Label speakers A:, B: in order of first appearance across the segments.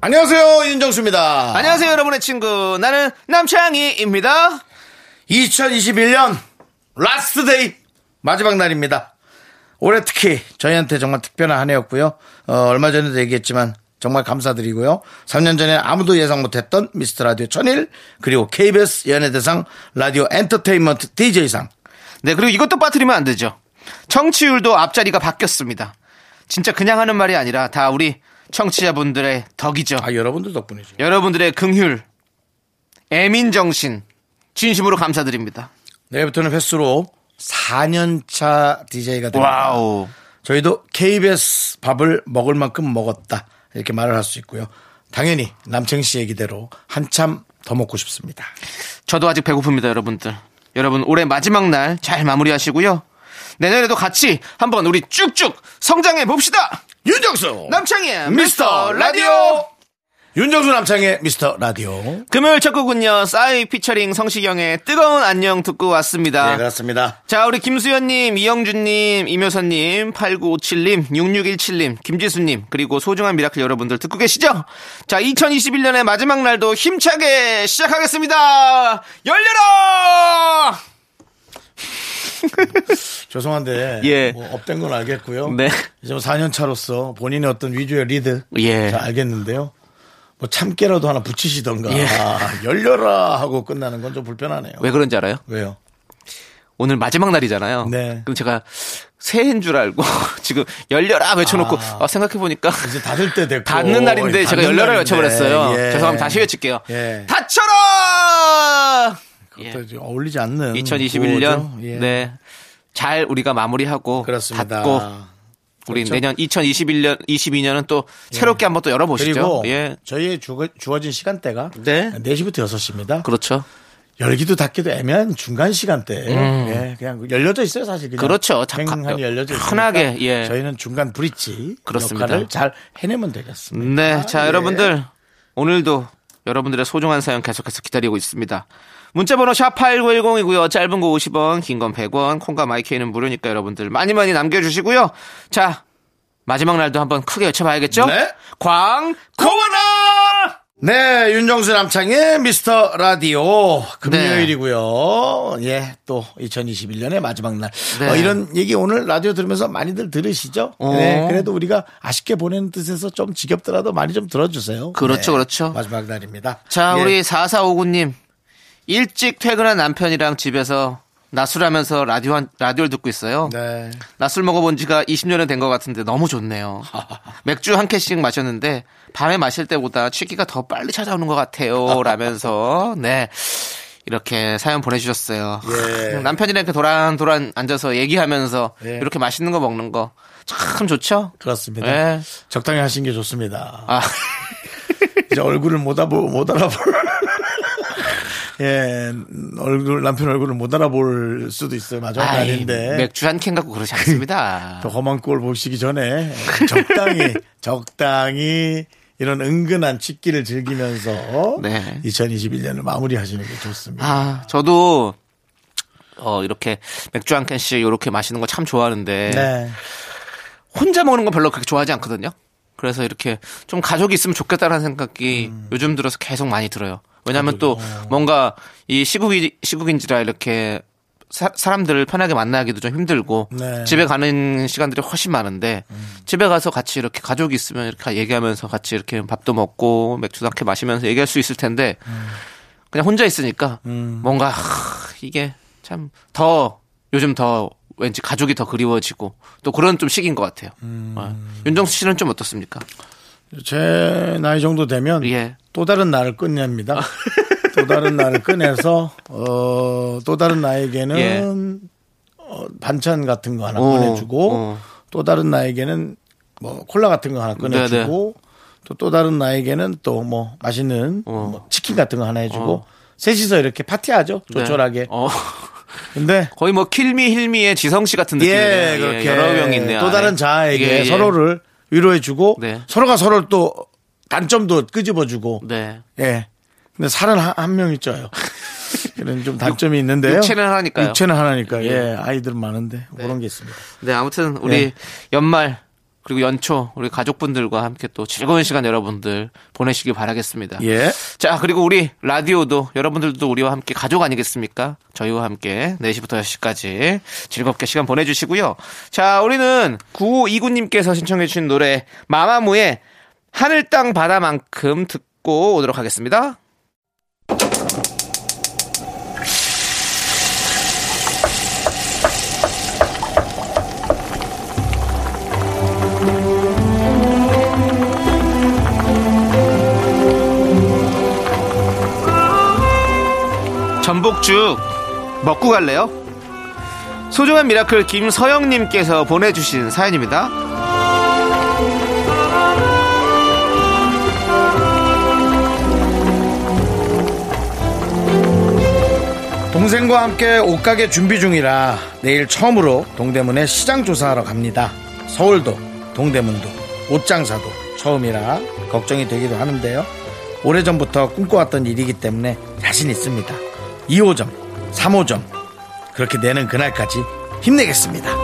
A: 안녕하세요 윤정수입니다.
B: 안녕하세요, 여러분의 친구. 나는 남창희입니다.
A: 2021년 라스트 데이 마지막 날입니다. 올해 특히 저희한테 정말 특별한 한 해였고요. 어, 얼마 전에도 얘기했지만 정말 감사드리고요. 3년 전에 아무도 예상 못했던 미스터 라디오 천일 그리고 KBS 연예대상 라디오 엔터테인먼트 DJ상
B: 네, 그리고 이것도 빠뜨리면 안 되죠. 청취율도 앞자리가 바뀌었습니다. 진짜 그냥 하는 말이 아니라 다 우리 청취자분들의 덕이죠.
A: 아 여러분들 덕분이죠.
B: 여러분들의 긍휼, 애민정신, 진심으로 감사드립니다.
A: 내일부터는 횟수로 4년차 DJ가
B: 네.
A: 됩니다.
B: 와우.
A: 저희도 KBS 밥을 먹을 만큼 먹었다 이렇게 말을 할 수 있고요. 당연히 남창 씨 얘기대로 한참 더 먹고 싶습니다.
B: 저도 아직 배고픕니다, 여러분들. 여러분, 올해 마지막 날 잘 마무리하시고요. 내년에도 같이 한번 우리 쭉쭉 성장해 봅시다!
A: 윤정수
B: 남창희의
A: 미스터 라디오 윤정수 남창의 미스터 라디오
B: 금요일 첫 곡은요 싸이 피처링 성시경의 뜨거운 안녕 듣고 왔습니다
A: 네 그렇습니다.
B: 자 우리 김수현님 이영준님 이묘선님 8957님 6617님 김지수님 그리고 소중한 미라클 여러분들 듣고 계시죠 자 2021년의 마지막 날도 힘차게 시작하겠습니다 열려라
A: 죄송한데
B: 예.
A: 뭐 업된 건 알겠고요.
B: 네.
A: 이제 뭐 4년 차로서 본인의 어떤 위주의 리드
B: 예.
A: 잘 알겠는데요. 뭐 참깨라도 하나 붙이시던가 아, 열려라 하고 끝나는 건 좀 불편하네요.
B: 예. 왜 그런지 알아요?
A: 왜요?
B: 오늘 마지막 날이잖아요
A: 네.
B: 그럼 제가 새해인 줄 알고 지금 열려라 외쳐놓고
A: 아.
B: 어, 생각해보니까
A: 이제 닫을 때 됐고
B: 닫는 날인데 제가
A: 닫는
B: 열렬을
A: 날인데.
B: 외쳐버렸어요.
A: 예.
B: 죄송합니다. 다시 외칠게요.
A: 예.
B: 닫혀라!
A: 그것도 이제 어울리지 않는
B: 예. 2021년
A: 구호죠. 음, 예.
B: 네. 잘 우리가 마무리하고
A: 그렇습니다. 그렇죠.
B: 닫고 우리 내년 2021년 22년은 또 새롭게 한번 또 열어보시죠.
A: 예. 그리고
B: 예.
A: 저희의 주거, 주어진 시간대가
B: 네.
A: 4시부터 6시입니다.
B: 그렇죠.
A: 열기도 닫기도 애매한 중간 시간대. 예, 그냥 열려져 있어요, 사실. 그냥.
B: 음. 그렇죠. 자,
A: 팽팽하게 열려져 있어요.
B: 편하게, 예.
A: 저희는 중간 브릿지
B: 그렇습니다.
A: 역할을 잘 해내면 되겠습니다.
B: 네. 자,
A: 예.
B: 여러분들 오늘도 여러분들의 소중한 사연 계속해서 기다리고 있습니다. 문자번호 샵8910이고요. 짧은 거 50원, 긴 건 100원, 콩과 마이크는 무료니까 여러분들 많이 많이 남겨주시고요. 자, 마지막 날도 한번 크게 외쳐봐야겠죠?
A: 네.
B: 광, 고원아!
A: 네, 윤정수 남창의 미스터 라디오 금요일이고요. 예, 또 2021년의 마지막 날.
B: 네.
A: 어, 이런 얘기 오늘 라디오 들으면서 많이들 들으시죠?
B: 어.
A: 네, 그래도 우리가 아쉽게 보내는 뜻에서 좀 지겹더라도 많이 좀 들어주세요.
B: 그렇죠,
A: 네,
B: 그렇죠.
A: 마지막 날입니다.
B: 자,
A: 예.
B: 우리 4459님. 일찍 퇴근한 남편이랑 집에서 낮술하면서 라디오 한- 라디오를 듣고 있어요.
A: 네.
B: 낮술 먹어본 지가 20년은 된 것 같은데 너무 좋네요. 맥주 한 캔씩 마셨는데 밤에 마실 때보다 취기가 더 빨리 찾아오는 것 같아요. 라면서 네 이렇게 사연 보내주셨어요.
A: 예.
B: 남편이랑 이렇게 도란도란 앉아서 얘기하면서
A: 예.
B: 이렇게 맛있는 거 먹는 거 참 좋죠.
A: 그렇습니다.
B: 예.
A: 적당히 하신 게 좋습니다.
B: 아,
A: 이제 얼굴을 못, 알아보, 못 알아볼. 예, 얼굴, 남편 얼굴을 못 알아볼 수도 있어요. 마지막
B: 아이,
A: 날인데.
B: 맥주 한 캔 갖고 그러지 않습니다.
A: 또 험한 꼴 보시기 전에 적당히 적당히 이런 은근한 취기를 즐기면서
B: 네.
A: 2021년을 마무리하시는 게 좋습니다.
B: 아, 저도 어 이렇게 맥주 한 캔씩 이렇게 마시는 거 참 좋아하는데
A: 네.
B: 혼자 먹는 건 별로 그렇게 좋아하지 않거든요. 그래서 이렇게 좀 가족이 있으면 좋겠다라는 생각이 요즘 들어서 계속 많이 들어요. 왜냐하면 또 음. 뭔가 이 시국이 시국인지라 이렇게 사, 람들을 편하게 만나기도 좀 힘들고
A: 네.
B: 집에 가는 시간들이 훨씬 많은데 집에 가서 같이 이렇게 가족이 있으면 이렇게 얘기하면서 같이 이렇게 밥도 먹고 맥주도 이렇게 마시면서 얘기할 수 있을 텐데 그냥 혼자 있으니까
A: 음.
B: 뭔가 하, 이게 참 더 요즘 더 왠지 가족이 더 그리워지고 또 그런 좀 시기인 것 같아요.
A: 음.
B: 어. 윤정수 씨는 좀 어떻습니까?
A: 제 나이 정도 되면
B: 예. 아.
A: 또 다른 나를 끝냅니다. 또 다른 나를 꺼내서 어, 또 다른 나에게는
B: 예.
A: 어, 반찬 같은 거 하나
B: 어, 네,
A: 꺼내주고
B: 어.
A: 또 다른 나에게는 뭐 콜라 같은 거 하나 꺼내주고 또, 또 다른 나에게는 또 뭐 맛있는
B: 어.
A: 뭐 치킨 같은 거 하나 해주고 셋이서 이렇게 파티하죠. 조촐하게.
B: 어.
A: 근데
B: 거의 뭐 킬미 힐미의 지성 씨 같은 느낌이네요.
A: 예, 그렇게
B: 여러 명이 있네요.
A: 또
B: 안에.
A: 다른 자아에게
B: 예, 예.
A: 서로를 위로해주고
B: 네.
A: 서로가 서로를 또 단점도 끄집어주고
B: 네.
A: 예. 근데 살은 한, 한 명이 쪄요. 이런 좀 단점이 있는데요.
B: 육체는 하나니까요.
A: 네. 육체는 하나니까. 예. 아이들은 많은데 그런 게 있습니다.
B: 네, 아무튼 우리
A: 예.
B: 연말 그리고 연초 우리 가족분들과 함께 또 즐거운 시간 여러분들 보내시길 바라겠습니다.
A: 예.
B: 자, 그리고 우리 라디오도 여러분들도 우리와 함께 가족 아니겠습니까? 저희와 함께 4시부터 6시까지 즐겁게 시간 보내주시고요. 자, 우리는 9529님께서 신청해주신 노래 마마무의 하늘 땅 바다만큼 듣고 오도록 하겠습니다. 전복죽 먹고 갈래요? 소중한 미라클 김서영님께서 보내주신 사연입니다.
A: 동생과 함께 옷가게 준비 중이라 내일 처음으로 동대문에 시장 조사하러 갑니다. 서울도, 동대문도, 옷장사도 처음이라 걱정이 되기도 하는데요. 오래전부터 꿈꿔왔던 일이기 때문에 자신 있습니다. 2호점, 3호점, 그렇게 되는 그날까지 힘내겠습니다.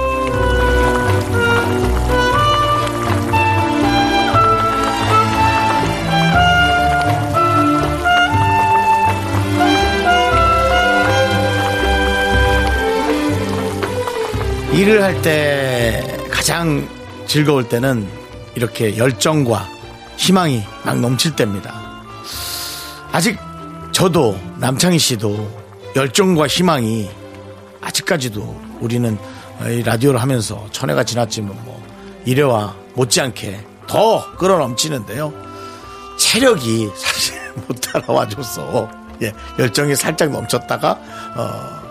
A: 일을 할 때 가장 즐거울 때는 이렇게 열정과 희망이 막 넘칠 때입니다. 아직 저도 남창희 씨도 열정과 희망이 아직까지도 우리는 이 라디오를 하면서 천해가 지났지만 뭐 이래와 못지않게 더 끌어 넘치는데요. 체력이 사실 못 따라와줘서 예, 열정이 살짝 넘쳤다가 어,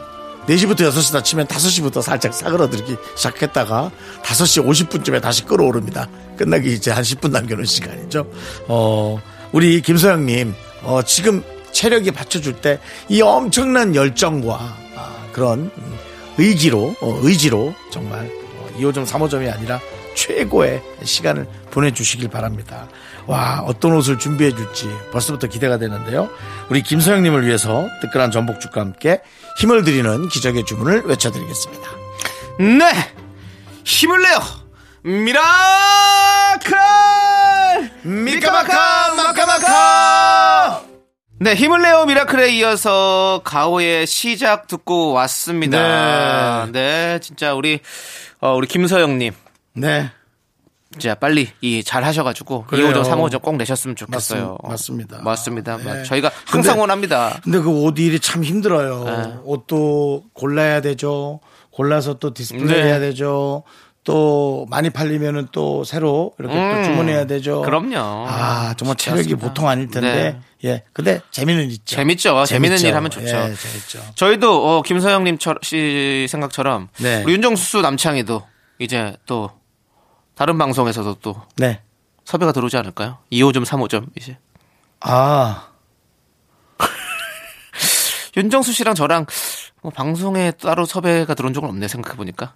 A: 4시부터 6시다 치면 5시부터 살짝 사그러들기 시작했다가 5시 50분쯤에 다시 끌어오릅니다. 끝나기 이제 한 10분 남겨놓은 시간이죠. 어, 우리 김서영님, 어, 지금 체력이 받쳐줄 때 이 엄청난 열정과 아, 그런 음, 의지로, 어, 의지로 정말 어, 2호점, 3호점이 아니라 최고의 시간을 보내주시길 바랍니다. 와, 어떤 옷을 준비해줄지 벌써부터 기대가 되는데요. 우리 김서영님을 위해서 뜨끈한 전복죽과 함께 힘을 드리는 기적의 주문을 외쳐드리겠습니다.
B: 네! 힘을 내요! 미라클!
A: 미카마카, 마카마카!
B: 네, 힘을 내요 미라클에 이어서 가오의 시작 듣고 왔습니다. 네, 진짜 우리, 어, 우리 김서영님.
A: 네,
B: 진짜 빨리 이 잘 하셔가지고
A: 그래요.
B: 2호점 3호점 꼭 내셨으면 좋겠어요.
A: 맞습- 맞습니다.
B: 맞습니다.
A: 네.
B: 맞- 저희가 항상
A: 근데-
B: 원합니다.
A: 근데 그 옷 일이 참 힘들어요.
B: 네.
A: 옷도 골라야 되죠. 골라서 또 디스플레이
B: 네.
A: 해야 되죠. 또 많이 팔리면은 또 새로 이렇게 또 주문해야 되죠.
B: 음. 그럼요.
A: 아, 정말
B: 쉽지
A: 체력이
B: 않습니다. 네.
A: 보통 아닐 텐데. 예. 근데 재미는 있죠.
B: 재밌죠. 재밌는 일 하면 좋죠.
A: 예, 재밌죠.
B: 저희도 어, 김서영님 처- 씨 생각처럼
A: 네.
B: 우리 윤정수 남창희도 이제 또 다른 방송에서도 또
A: 네.
B: 섭외가 들어오지 않을까요? 2호점 3호점 이제
A: 아,
B: 윤정수 씨랑 저랑 뭐 방송에 따로 섭외가 들어온 적은 없네 생각해 보니까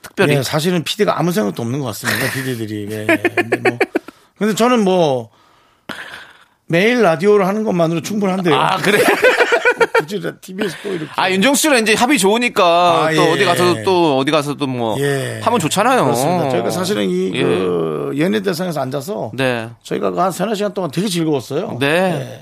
B: 특별히
A: 예, 사실은 PD가 아무 생각도 없는 것 같습니다. PD들이. 예. 근데 뭐. 근데 저는 뭐 매일 라디오를 하는 것만으로 충분한데요.
B: 아 그래
A: 굳이 TV에서 또 이렇게.
B: 아 윤정수 씨랑 이제 합이 좋으니까
A: 아,
B: 또
A: 예.
B: 어디 가서 또 어디 가서 도 뭐
A: 예.
B: 하면 좋잖아요.
A: 그렇습니다. 저희가 사실은 이
B: 예.
A: 그, 연예 대상에서 앉아서
B: 네.
A: 저희가 그한 세네 시간 동안 되게 즐거웠어요.
B: 네.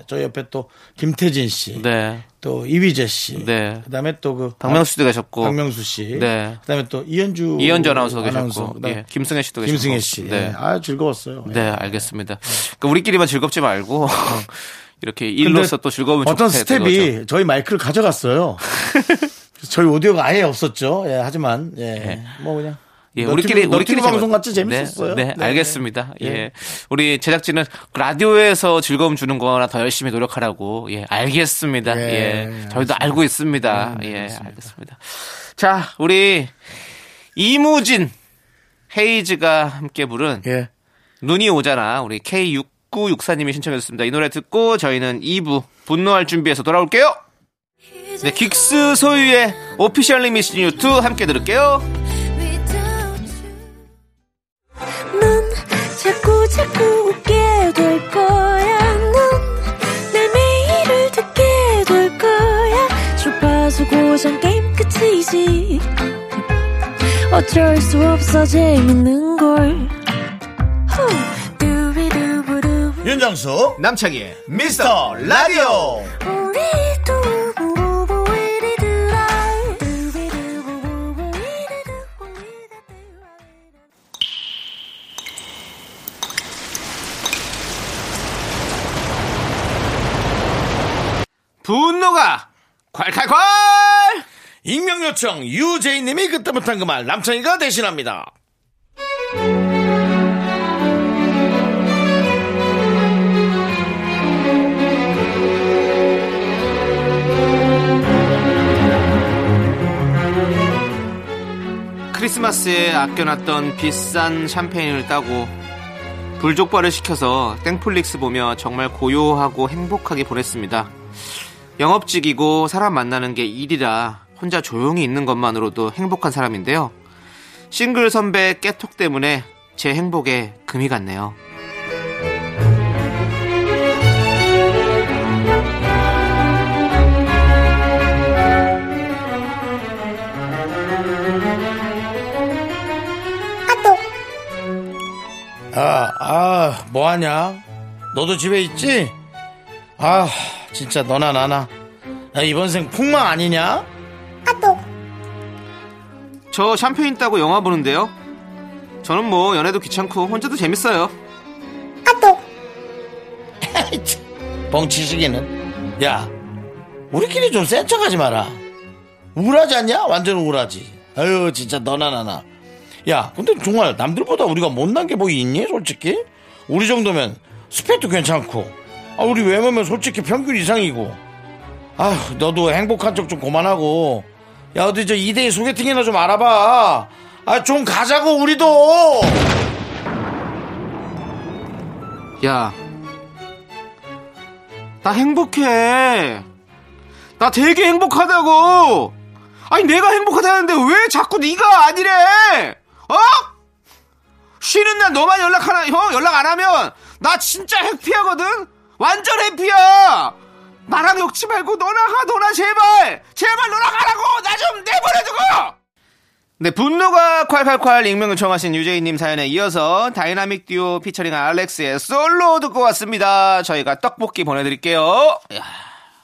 A: 예, 저희 옆에 또 김태진 씨,
B: 네.
A: 또 이휘재 씨,
B: 네.
A: 그다음에 또그
B: 박명수 씨도 계셨고
A: 박명수 씨,
B: 네.
A: 그다음에 또 이현주
B: 이현주 아나운서도
A: 아나운서,
B: 계셨고
A: 그다음에
B: 예. 김승혜 씨도 계셨고
A: 김승혜 씨,
B: 네.
A: 예, 아 즐거웠어요. 예.
B: 네, 알겠습니다. 그러니까 우리끼리만 즐겁지 말고 이렇게 일로서
A: 어. 근데
B: 또 즐거움을
A: 어떤
B: 좋게 되는
A: 스텝이
B: 거죠.
A: 저희 마이크를 가져갔어요. 그래서 저희 오디오가 아예 없었죠. 예, 하지만 예, 뭐 그냥
B: 네. 예,
A: 너튜브-
B: 우리끼리
A: 너튜브
B: 우리끼리
A: 방송
B: 재밌-
A: 같이 재밌었어요.
B: 네, 네,
A: 네.
B: 알겠습니다. 예. 우리 제작진은 라디오에서 즐거움 주는 거나 더 열심히 노력하라고. 예, 알겠습니다.
A: 예, 음,
B: 예. 저희도 알고 있습니다. 예, 알겠습니다. 자, 우리 이무진 헤이즈가 함께 부른
A: 예.
B: 눈이 오잖아. 우리 K6 6964님이 신청해주셨습니다. 이 노래 듣고 저희는 2부 분노할 준비해서 돌아올게요. 네, 긱스 소유의 오피셜리 미신 유투 함께 들을게요.
C: 넌 자꾸 자꾸 웃게 될 거야. 넌내 매일을 듣게 될 거야. 주파수 고정 게임 끝이지. 어쩔 수 없어 재밌는 걸. 후. 두비두부두.
A: 윤정수
B: 남창희의
A: 미스터 라디오
C: 우리 두부부부 우리 두라. 두비두부부부 우리 두부 우리 두라.
B: 분노가 콸콸콸!
A: 익명 요청 유재인님이 그때 못한 그 말 남창희가 대신합니다.
B: 크리스마스에 아껴놨던 비싼 샴페인을 따고 불족발을 시켜서 땡플릭스 보며 정말 고요하고 행복하게 보냈습니다. 영업직이고 사람 만나는 게 일이라 혼자 조용히 있는 것만으로도 행복한 사람인데요. 싱글 선배 깨톡 때문에 제 행복에 금이 갔네요.
A: 아, 아, 뭐 하냐? 너도 집에 있지? 아, 진짜 너나 나나. 나 이번 생 폭망 아니냐?
B: 저 샴페인 따고 영화 보는데요. 저는 뭐 연애도 귀찮고 혼자도 재밌어요.
A: 뻥치시기는. 야, 우리끼리 좀 센 척하지 마라. 우울하지 않냐? 완전 우울하지. 아유, 진짜 너나 나나. 야, 근데 정말 남들보다 우리가 못난 게 뭐 있니? 솔직히? 우리 정도면 스펙도 괜찮고, 아, 우리 외모면 솔직히 평균 이상이고. 아, 너도 행복한 척 좀 그만하고. 야, 어디 저 2대2 소개팅이나 좀 알아봐. 아, 좀 가자고, 우리도!
B: 야, 나 행복해. 나 되게 행복하다고. 아니 내가 행복하다는데 왜 자꾸 네가 아니래? 어? 쉬는 날 너만 연락하나? 형 연락 안 하면 나 진짜 해피하거든. 완전 해피야. 나랑 욕지 말고 너나 하 너나 제발 제발 너나 가라고 나 좀 내버려두고. 네, 분노가 콸콸콸 익명 요청하신 유재희님 사연에 이어서 다이나믹 듀오 피처링 알렉스의 솔로 듣고 왔습니다. 저희가 떡볶이 보내드릴게요. 이야,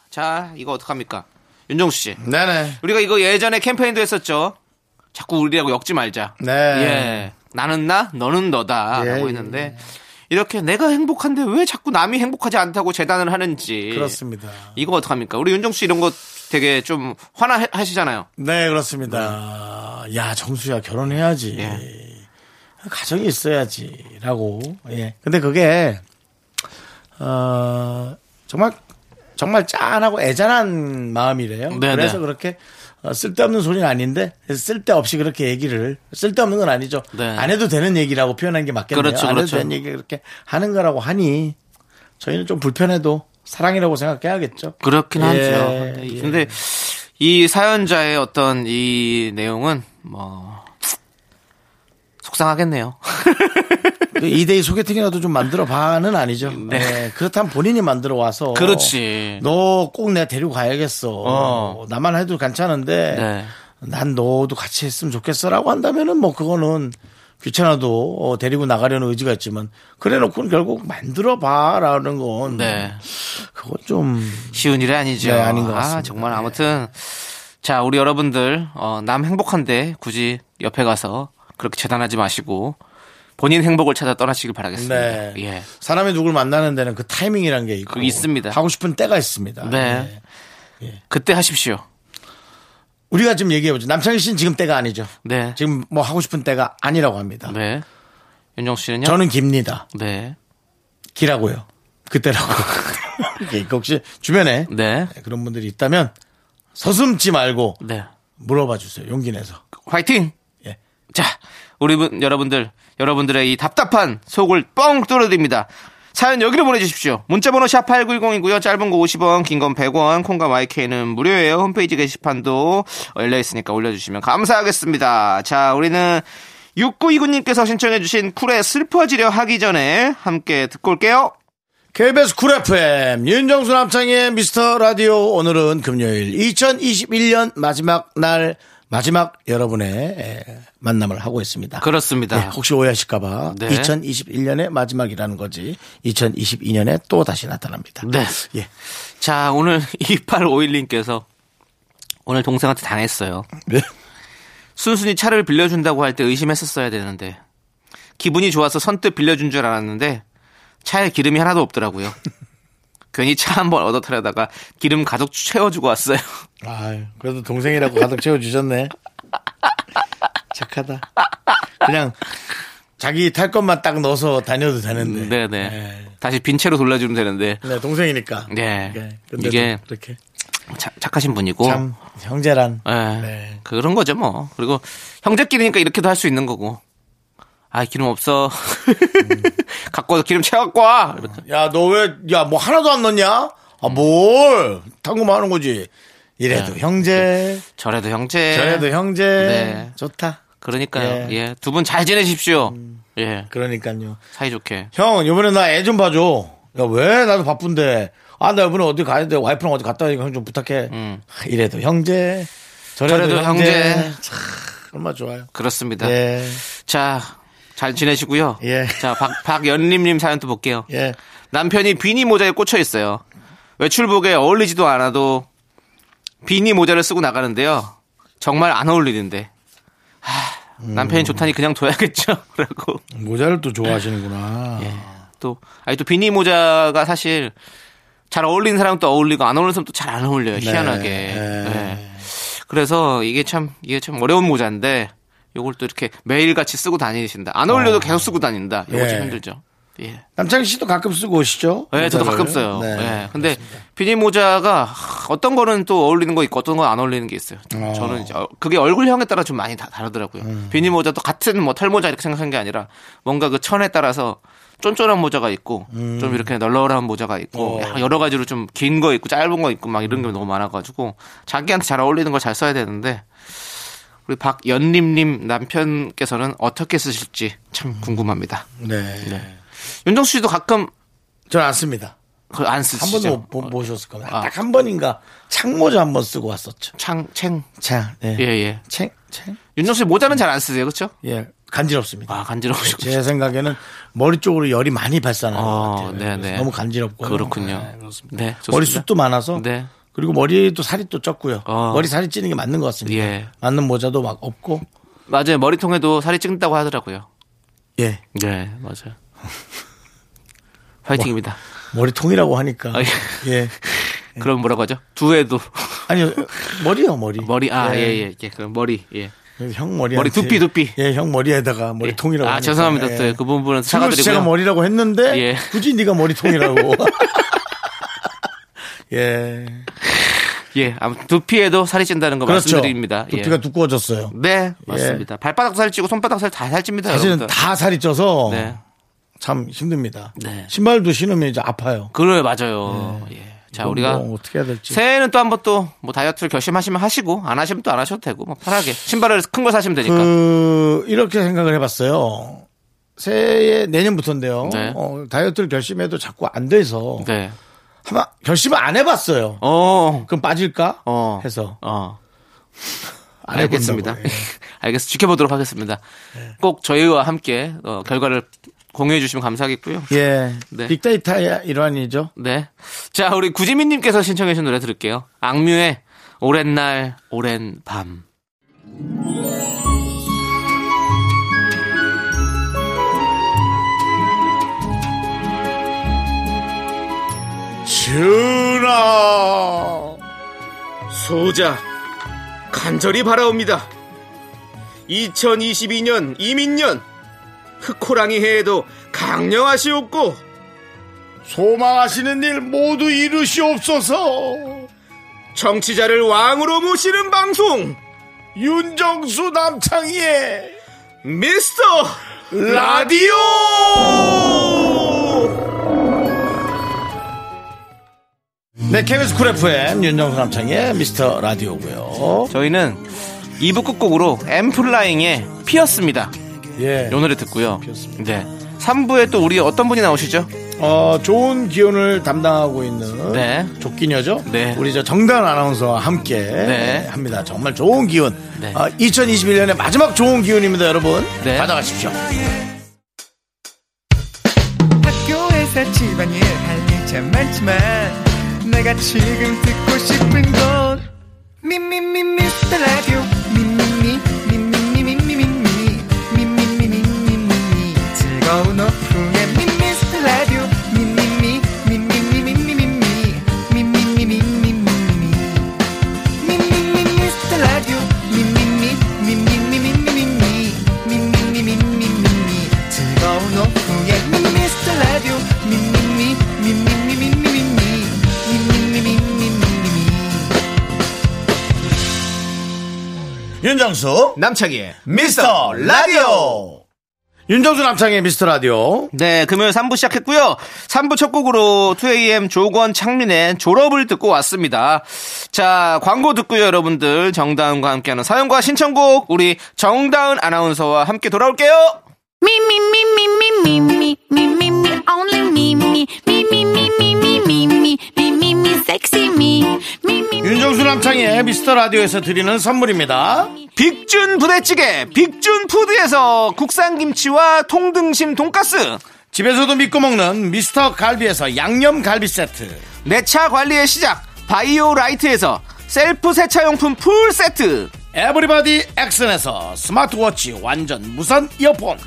B: 자, 이거 어떡합니까? 윤종수 씨.
A: 네네.
B: 우리가 이거 예전에 캠페인도 했었죠. 자꾸 우리라고 엮지 말자.
A: 네.
B: 예. 나는 나, 너는 너다.
A: 예,
B: 라고 했는데. 이렇게 내가 행복한데 왜 자꾸 남이 행복하지 않다고 재단을
A: 예.
B: 하는지.
A: 그렇습니다.
B: 이거 어떡합니까? 우리 윤종수 씨 이런 거 되게 좀 화나하시잖아요.
A: 네, 그렇습니다. 네. 야, 정수야, 결혼해야지.
B: 예.
A: 가정이 있어야지. 라고. 예. 근데 그게, 어, 정말, 정말 짠하고 애잔한 마음이래요.
B: 네,
A: 그래서
B: 네.
A: 그렇게 어, 쓸데없는 소리는 아닌데, 쓸데없이 그렇게 얘기를, 쓸데없는 건 아니죠.
B: 네.
A: 안 해도 되는 얘기라고 표현한 게 맞겠네요.
B: 그렇죠,
A: 안 해도
B: 그렇죠.
A: 되는 얘기 그렇게 하는 거라고 하니, 저희는 좀 불편해도 사랑이라고 생각해야겠죠.
B: 그렇긴
A: 예,
B: 하죠. 근데, 이-
A: 예.
B: 근데 이 사연자의 어떤 이 내용은 뭐 속상하겠네요.
A: 그 2대2 소개팅이라도 좀 만들어 봐는 아니죠. 네. 그렇다면 본인이 만들어 와서.
B: 그렇지.
A: 너 꼭 내가 데리고 가야겠어.
B: 어.
A: 나만 해도 괜찮은데.
B: 네.
A: 난 너도 같이 했으면 좋겠어라고 한다면은 뭐 그거는 귀찮아도 어, 데리고 나가려는 의지가 있지만 그래 놓고는 결국 만들어 봐라는 건.
B: 네.
A: 그건 좀.
B: 쉬운 일이 아니죠.
A: 네, 아닌 것
B: 아,
A: 같습니다.
B: 정말 아무튼 자, 우리 여러분들 어, 남 행복한데 굳이 옆에 가서 그렇게 재단하지 마시고 본인 행복을 찾아 떠나시길 바라겠습니다.
A: 네.
B: 예.
A: 사람이 누굴 만나는 데는 그 타이밍이란 게 있고.
B: 그 있습니다.
A: 하고 싶은 때가 있습니다.
B: 네.
A: 예.
B: 그때 하십시오.
A: 우리가 지금 얘기해보죠. 남창희 씨는 지금 때가 아니죠.
B: 네.
A: 지금 뭐 하고 싶은 때가 아니라고 합니다.
B: 네. 윤정 씨는요?
A: 저는 깁니다.
B: 네.
A: 기라고요. 그때라고. 이게 혹시 주변에
B: 네.
A: 그런 분들이 있다면 서슴지 말고
B: 네.
A: 물어봐 주세요. 용기 내서.
B: 화이팅!
A: 예.
B: 자, 우리 분, 여러분들, 여러분들의 이 답답한 속을 뻥 뚫어드립니다. 사연 여기로 보내주십시오. 문자번호 샵 8910이고요. 짧은 거 50원, 긴 건 100원, 콩과 마이크는 무료예요. 홈페이지 게시판도 열려있으니까 올려주시면 감사하겠습니다. 자, 우리는 6929님께서 신청해주신 쿨의 슬퍼지려 하기 전에 함께 듣고 올게요.
A: KBS 쿨 FM 윤정수 남창의 미스터 라디오 오늘은 금요일 2021년 마지막 날 마지막 여러분의 에, 만남을 하고 있습니다.
B: 그렇습니다.
A: 예, 혹시 오해하실까봐
B: 네.
A: 2021년의 마지막이라는 거지 2022년에 또 다시 나타납니다.
B: 네.
A: 예.
B: 자, 오늘 2851님께서 오늘 동생한테 당했어요.
A: 네.
B: 순순히 차를 빌려준다고 할 때 의심했었어야 되는데 기분이 좋아서 선뜻 빌려준 줄 알았는데 차에 기름이 하나도 없더라고요. 괜히 차 한 번 얻어 타려다가 기름 가득 채워주고 왔어요.
A: 아유, 그래도 동생이라고 가득 채워주셨네. 착하다. 그냥 자기 탈 것만 딱 넣어서 다녀도 되는데.
B: 네네.
A: 예.
B: 다시 빈 채로 돌려주면 되는데
A: 네, 동생이니까.
B: 네.
A: 예, 근데도
B: 이게 뭐?
A: 이렇게
B: 자- 착하신 분이고
A: 참 형제란.
B: 예.
A: 네.
B: 그런 거죠 뭐. 그리고 형제끼리니까 이렇게도 할 수 있는 거고. 아 기름 없어.
A: 음.
B: 갖고 와서 기름 채워갖고 와. 이렇게.
A: 야, 너 왜, 야, 뭐 하나도 안 넣냐? 아,
B: 음.
A: 뭘? 탐구만 하는 거지. 이래도 형제,
B: 저래도 형제.
A: 저래도 형제.
B: 네.
A: 좋다.
B: 그러니까요.
A: 예. 음.
B: 예. 두 분 잘 지내십시오. 예.
A: 그러니까요.
B: 사이좋게.
A: 형, 이번에 나 애 좀 봐줘. 야, 왜? 나도 바쁜데. 아, 나 이번에 어디 가야 돼. 와이프랑 어디 갔다 오니까 형 좀 부탁해. 하, 이래도 형제. 저래도,
B: 음. 저래도
A: 형제.
B: 형제.
A: 참, 얼마나 좋아요.
B: 그렇습니다.
A: 예.
B: 자, 잘 지내시고요.
A: 예.
B: 자, 박, 박연림님 사연 또 볼게요.
A: 예.
B: 남편이 비니 모자에 꽂혀 있어요. 외출복에 어울리지도 않아도 비니 모자를 쓰고 나가는데요. 정말 안 어울리는데. 하,
A: 음.
B: 남편이 좋다니 그냥 둬야겠죠. 라고.
A: 모자를 또 좋아하시는구나.
B: 예. 또, 아니 또 비니 모자가 사실 잘 어울리는 사람 또 어울리고 안 어울리는 사람 또 잘 안 어울려요. 희한하게.
A: 네.
B: 예. 그래서 이게 참, 이게 참 어려운 모자인데 요걸 또 이렇게 매일같이 쓰고 다니신다. 안 어울려도 계속 쓰고 다닌다. 요거
A: 예.
B: 참 힘들죠. 예.
A: 남창희 씨도 가끔 쓰고 오시죠?
B: 예, 저도
A: 모자를.
B: 가끔 써요.
A: 네.
B: 예. 근데 비니 모자가 하, 어떤 거는 또 어울리는 거 있고 어떤 건 안 어울리는 게 있어요.
A: 어. 음.
B: 저는 이제 어, 그게 얼굴형에 따라 좀 많이 다, 다르더라고요. 비니 모자도 같은 뭐 털모자 이렇게 생각한 게 아니라 뭔가 그 천에 따라서 쫀쫀한 모자가 있고
A: 음.
B: 좀 이렇게 널널한 모자가 있고
A: 어.
B: 야, 여러 가지로 좀 긴 거 있고 짧은 거 있고 막 이런 게 너무 많아가지고 자기한테 잘 어울리는 걸 잘 써야 되는데 우리 박연림님 남편께서는 어떻게 쓰실지 참 궁금합니다.
A: 네.
B: 윤정수 씨도 가끔
A: 저는 안 씁니다.
B: 그걸 안
A: 한
B: 쓰시죠?
A: 번도 뭐 못 보- 보셨을 겁니다.
B: 아.
A: 딱 한 번인가 창모자 한 번 쓰고 왔었죠.
B: 창, 챙.
A: 자, 네.
B: 예, 예.
A: 챙, 챙?
B: 윤정 씨 모자는 잘 안 쓰세요, 그렇죠?
A: 예, 간지럽습니다.
B: 아, 간지러우시고.
A: 제 생각에는 머리 쪽으로 열이 많이 발산하는
B: 어,
A: 것 같아요.
B: 네,
A: 그래서
B: 네.
A: 너무 간지럽고
B: 그렇군요.
A: 네, 그렇습니다.
B: 네, 좋습니다.
A: 머리숱도 뭐. 많아서
B: 네.
A: 그리고 머리도 살이 또 쪘고요.
B: 어.
A: 머리 살이 찌는 게 맞는 것 같습니다.
B: 예.
A: 맞는 모자도 막 없고
B: 맞아요. 머리통에도 살이 찐다고 하더라고요.
A: 예
B: 네, 맞아요. 화이팅입니다.
A: 머리통이라고 하니까
B: 아, 예.
A: 예
B: 그럼 뭐라고 하죠? 두에도
A: 아니요 머리요 머리
B: 머리
A: 네.
B: 아, 예, 예, 예. 그럼 머리. 예.
A: 형 머리
B: 머리 두피, 두피.
A: 예형 머리에다가 머리통이라고
B: 아,
A: 하니까.
B: 죄송합니다.
A: 예.
B: 또 그 부분은
A: 지금
B: 사과드리고요.
A: 제가 머리라고 했는데
B: 예.
A: 굳이 네가 머리통이라고. 예.
B: 예. 아무튼 두피에도 살이 찐다는 거
A: 그렇죠.
B: 어, 말씀드립니다. 예.
A: 두피가 두꺼워졌어요. 예.
B: 네, 맞습니다. 발바닥 살 찌고 손바닥 살 다 살찝니다,
A: 사실은
B: 네, 여러분들.
A: 다 살이 쪄서
B: 네.
A: 참 힘듭니다.
B: 네.
A: 신발도 신으면 이제 아파요.
B: 그래요, 맞아요. 예. 자, 우리가
A: 뭐 어떻게 해야 될지.
B: 새해는 또 한 번 또 뭐 다이어트를 결심하시면 하시고 안 하시면 또 안 하셔도 되고 뭐 편하게 신발을 큰 걸 사시면 되니까
A: 그 이렇게 생각을 해봤어요. 새해 내년부터인데요.
B: 네.
A: 어, 다이어트를 결심해도 자꾸 안 돼서
B: 네.
A: 아마 결심을 안 해봤어요.
B: 어.
A: 그럼 빠질까
B: 어.
A: 해서
B: 어.
A: 안
B: 알겠습니다.
A: 해본다고, 예.
B: 알겠습니다. 지켜보도록 하겠습니다. 꼭 저희와 함께 어, 결과를 공유해 주시면 감사하겠고요.
A: 예,
B: 네.
A: 빅데이터의 일환이죠.
B: 네. 자, 우리 구지민 님께서 신청해 주신 노래 들을게요. 악뮤의 오랜 날 오랜 밤.
A: 준아
B: 소자 간절히 바라옵니다. 2022년 이민년 흑호랑이 해에도 강령하시옵고
A: 소망하시는 일 모두 이루시옵소서
B: 정치자를 왕으로 모시는 방송
A: 윤정수 남창희의
B: 미스터
A: 라디오 네, 케빈스 쿨 FM 윤정수 남창의 미스터 라디오고요.
B: 저희는 2부 끝곡으로 엠플라잉의 피었습니다.
A: 예.
B: 이 노래 듣고요. 네. 3부에 또 우리 어떤 분이 나오시죠?
A: 어, 좋은 기운을 담당하고 있는
B: 네.
A: 조끼녀죠.
B: 네.
A: 우리 저 정단 아나운서와 함께 합니다. 정말 좋은 기운.
B: 네.
A: 2021년의 마지막 좋은 기운입니다, 여러분.
B: 네.
A: 가져가십시오.
D: 학교에서 집안일 할 일 참 많지만 내가 지금 듣고 싶은 건 미미미 미스터 라디오 미미미 미미미 미미미 미미미 미미미 즐거운 오후에 미스터 라디오 미미미 미미미 미미미 미미미 미미미 예.
A: 윤정수,
B: 남창희의.
A: 미스터 라디오. 윤정수 남창의 미스터 라디오.
B: 네, 금요일 3부 시작했고요. 3부 첫 곡으로 2AM 조건 창민의 졸업을 듣고 왔습니다. 자, 광고 듣고요, 여러분들. 정다은과 함께하는 사연과 신청곡, 우리 정다은 아나운서와 함께 돌아올게요.
E: Me, me, me, me, me, me, me, me, me, me, only me, me, me, me, me, me, me, me, me, me, me, me, sexy me, me, me, me.
A: 윤정수 남창의 미스터 라디오에서 드리는 선물입니다.
B: 빅준 부대찌개, 빅준 푸드에서 국산 김치와 통등심 돈가스,
A: 집에서도 믿고 먹는 미스터 갈비에서 양념 갈비 세트.
B: 내 차 관리의 시작, 바이오 라이트에서 셀프 세차용품 풀 세트,
A: 에브리바디 액션에서 스마트워치 완전 무선 이어폰.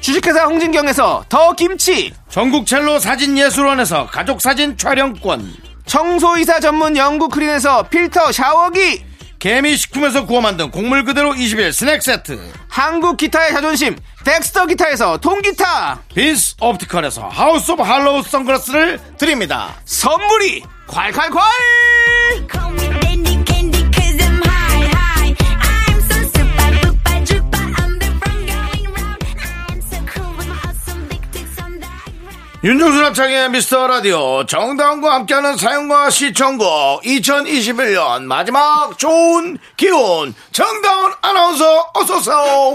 B: 주식회사 홍진경에서 더 김치,
A: 전국 첼로 사진 예술원에서 가족 사진 촬영권.
B: 청소이사 전문 영국 크린에서 필터 샤워기,
A: 개미 식품에서 구워 만든 곡물 그대로 21 스낵 세트.
B: 한국 기타의 자존심, 덱스터 기타에서 통기타,
A: 빈스 옵티컬에서 하우스 오브 할로우 선글라스를 드립니다.
B: 선물이 콸콸콸!
E: Call me Dandy Candy 'cause I'm high, high. I'm so super, duper, duper. I'm the one going round. I'm so cool with my awesome big tits on that ground.
A: 윤종수 합창의 미스터 라디오 정다운과 함께하는 사연과 시청곡 2021년 마지막 좋은 기운 정다운 아나운서 어서오세요.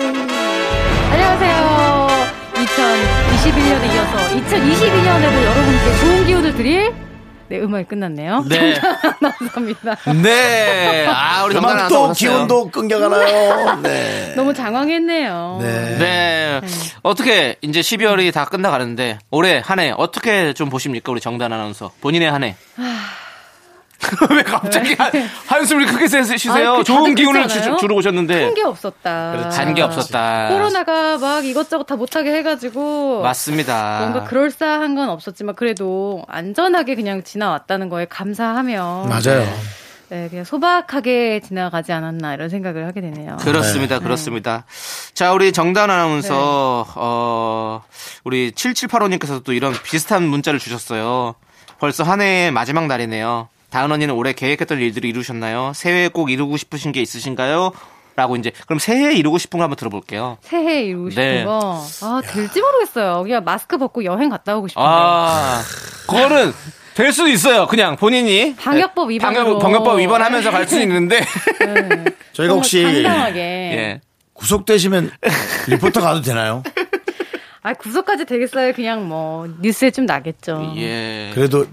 F: 안녕하세요. 2021년에 이어서 2022년에도 여러분께 좋은 기운을 드릴 네 음악이 끝났네요.
B: 네.
F: 감사합니다.
B: 네. 아, 우리 정단
A: 그만
B: 아나운서
A: 또
B: 오셨어요.
A: 기운도 끊겨가나요? 네.
F: 너무 장황했네요.
B: 네. 어떻게 이제 12월이 다 끝나가는데 올해 한 해 어떻게 좀 보십니까 우리 정단 아나운서 본인의 한 해. 왜 갑자기 한, 한숨을 크게 쉬세요?
F: 아이, 그
B: 좋은
F: 다들
B: 기운을
F: 그렇잖아요.
B: 주, 주르고 오셨는데
F: 한 게
B: 단계
F: 없었다.
B: 네. 그렇죠. 없었다.
F: 코로나가 막 이것저것 다 못하게 해가지고
B: 맞습니다.
F: 뭔가 그럴싸한 건 없었지만 그래도 안전하게 그냥 지나왔다는 거에 감사하며
A: 맞아요.
F: 네, 그냥 소박하게 지나가지 않았나 이런 생각을 하게 되네요.
B: 습니다 그렇습니다. 자, 우리 정단 아나운서,
F: 네.
B: 어, 우리 7785님께서 또 이런 비슷한 문자를 주셨어요. 벌써 한 해의 마지막 날이네요. 다은 언니는 올해 계획했던 일들을 이루셨나요? 새해에 꼭 이루고 싶으신 게 있으신가요? 라고 이제, 그럼 새해에 이루고 싶은 거 한번 들어볼게요.
F: 새해 이루고 싶은
B: 네.
F: 거. 아, 될지 모르겠어요. 그냥 마스크 벗고 여행 갔다 오고 싶은데.
B: 아, 그거는 될 수도 있어요. 그냥 본인이.
F: 방역법
B: 네,
F: 위반으로.
B: 방역, 법 위반하면서 갈 수는 있는데.
A: 저희가 혹시
F: 어, 당당하게.
B: 예.
A: 구속되시면 리포터 가도 되나요?
F: 아, 구속까지 되겠어요. 그냥 뭐, 뉴스에 좀 나겠죠.
B: 예.
A: 어. 그래도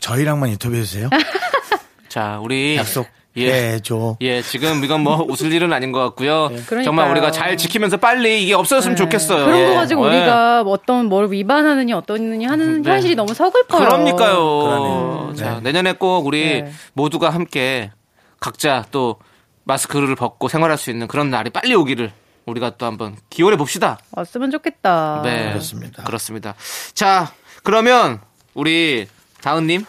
A: 저희랑만 인터뷰해주세요.
B: 자, 우리.
A: 약속.
B: 예.
A: 예, 줘.
B: 예, 지금 이건 뭐 웃을 일은 아닌 것 같고요.
A: 예.
B: 정말
F: 그러니까요.
B: 우리가 잘 지키면서 빨리 이게 없어졌으면 좋겠어요.
F: 그런
B: 예.
F: 거 가지고
B: 예.
F: 우리가 뭐 어떤 뭘 위반하느니 어떠느니 하는
B: 네.
F: 현실이 너무 서글퍼요.
B: 그러니까요.
A: 네.
B: 자, 내년에 꼭 우리
F: 네.
B: 모두가 함께 각자 또 마스크를 벗고 생활할 수 있는 그런 날이 빨리 오기를 우리가 또 한번 기원해 봅시다.
F: 왔으면 좋겠다. 아,
B: 네.
A: 그렇습니다.
B: 그렇습니다. 자, 그러면 우리 다은님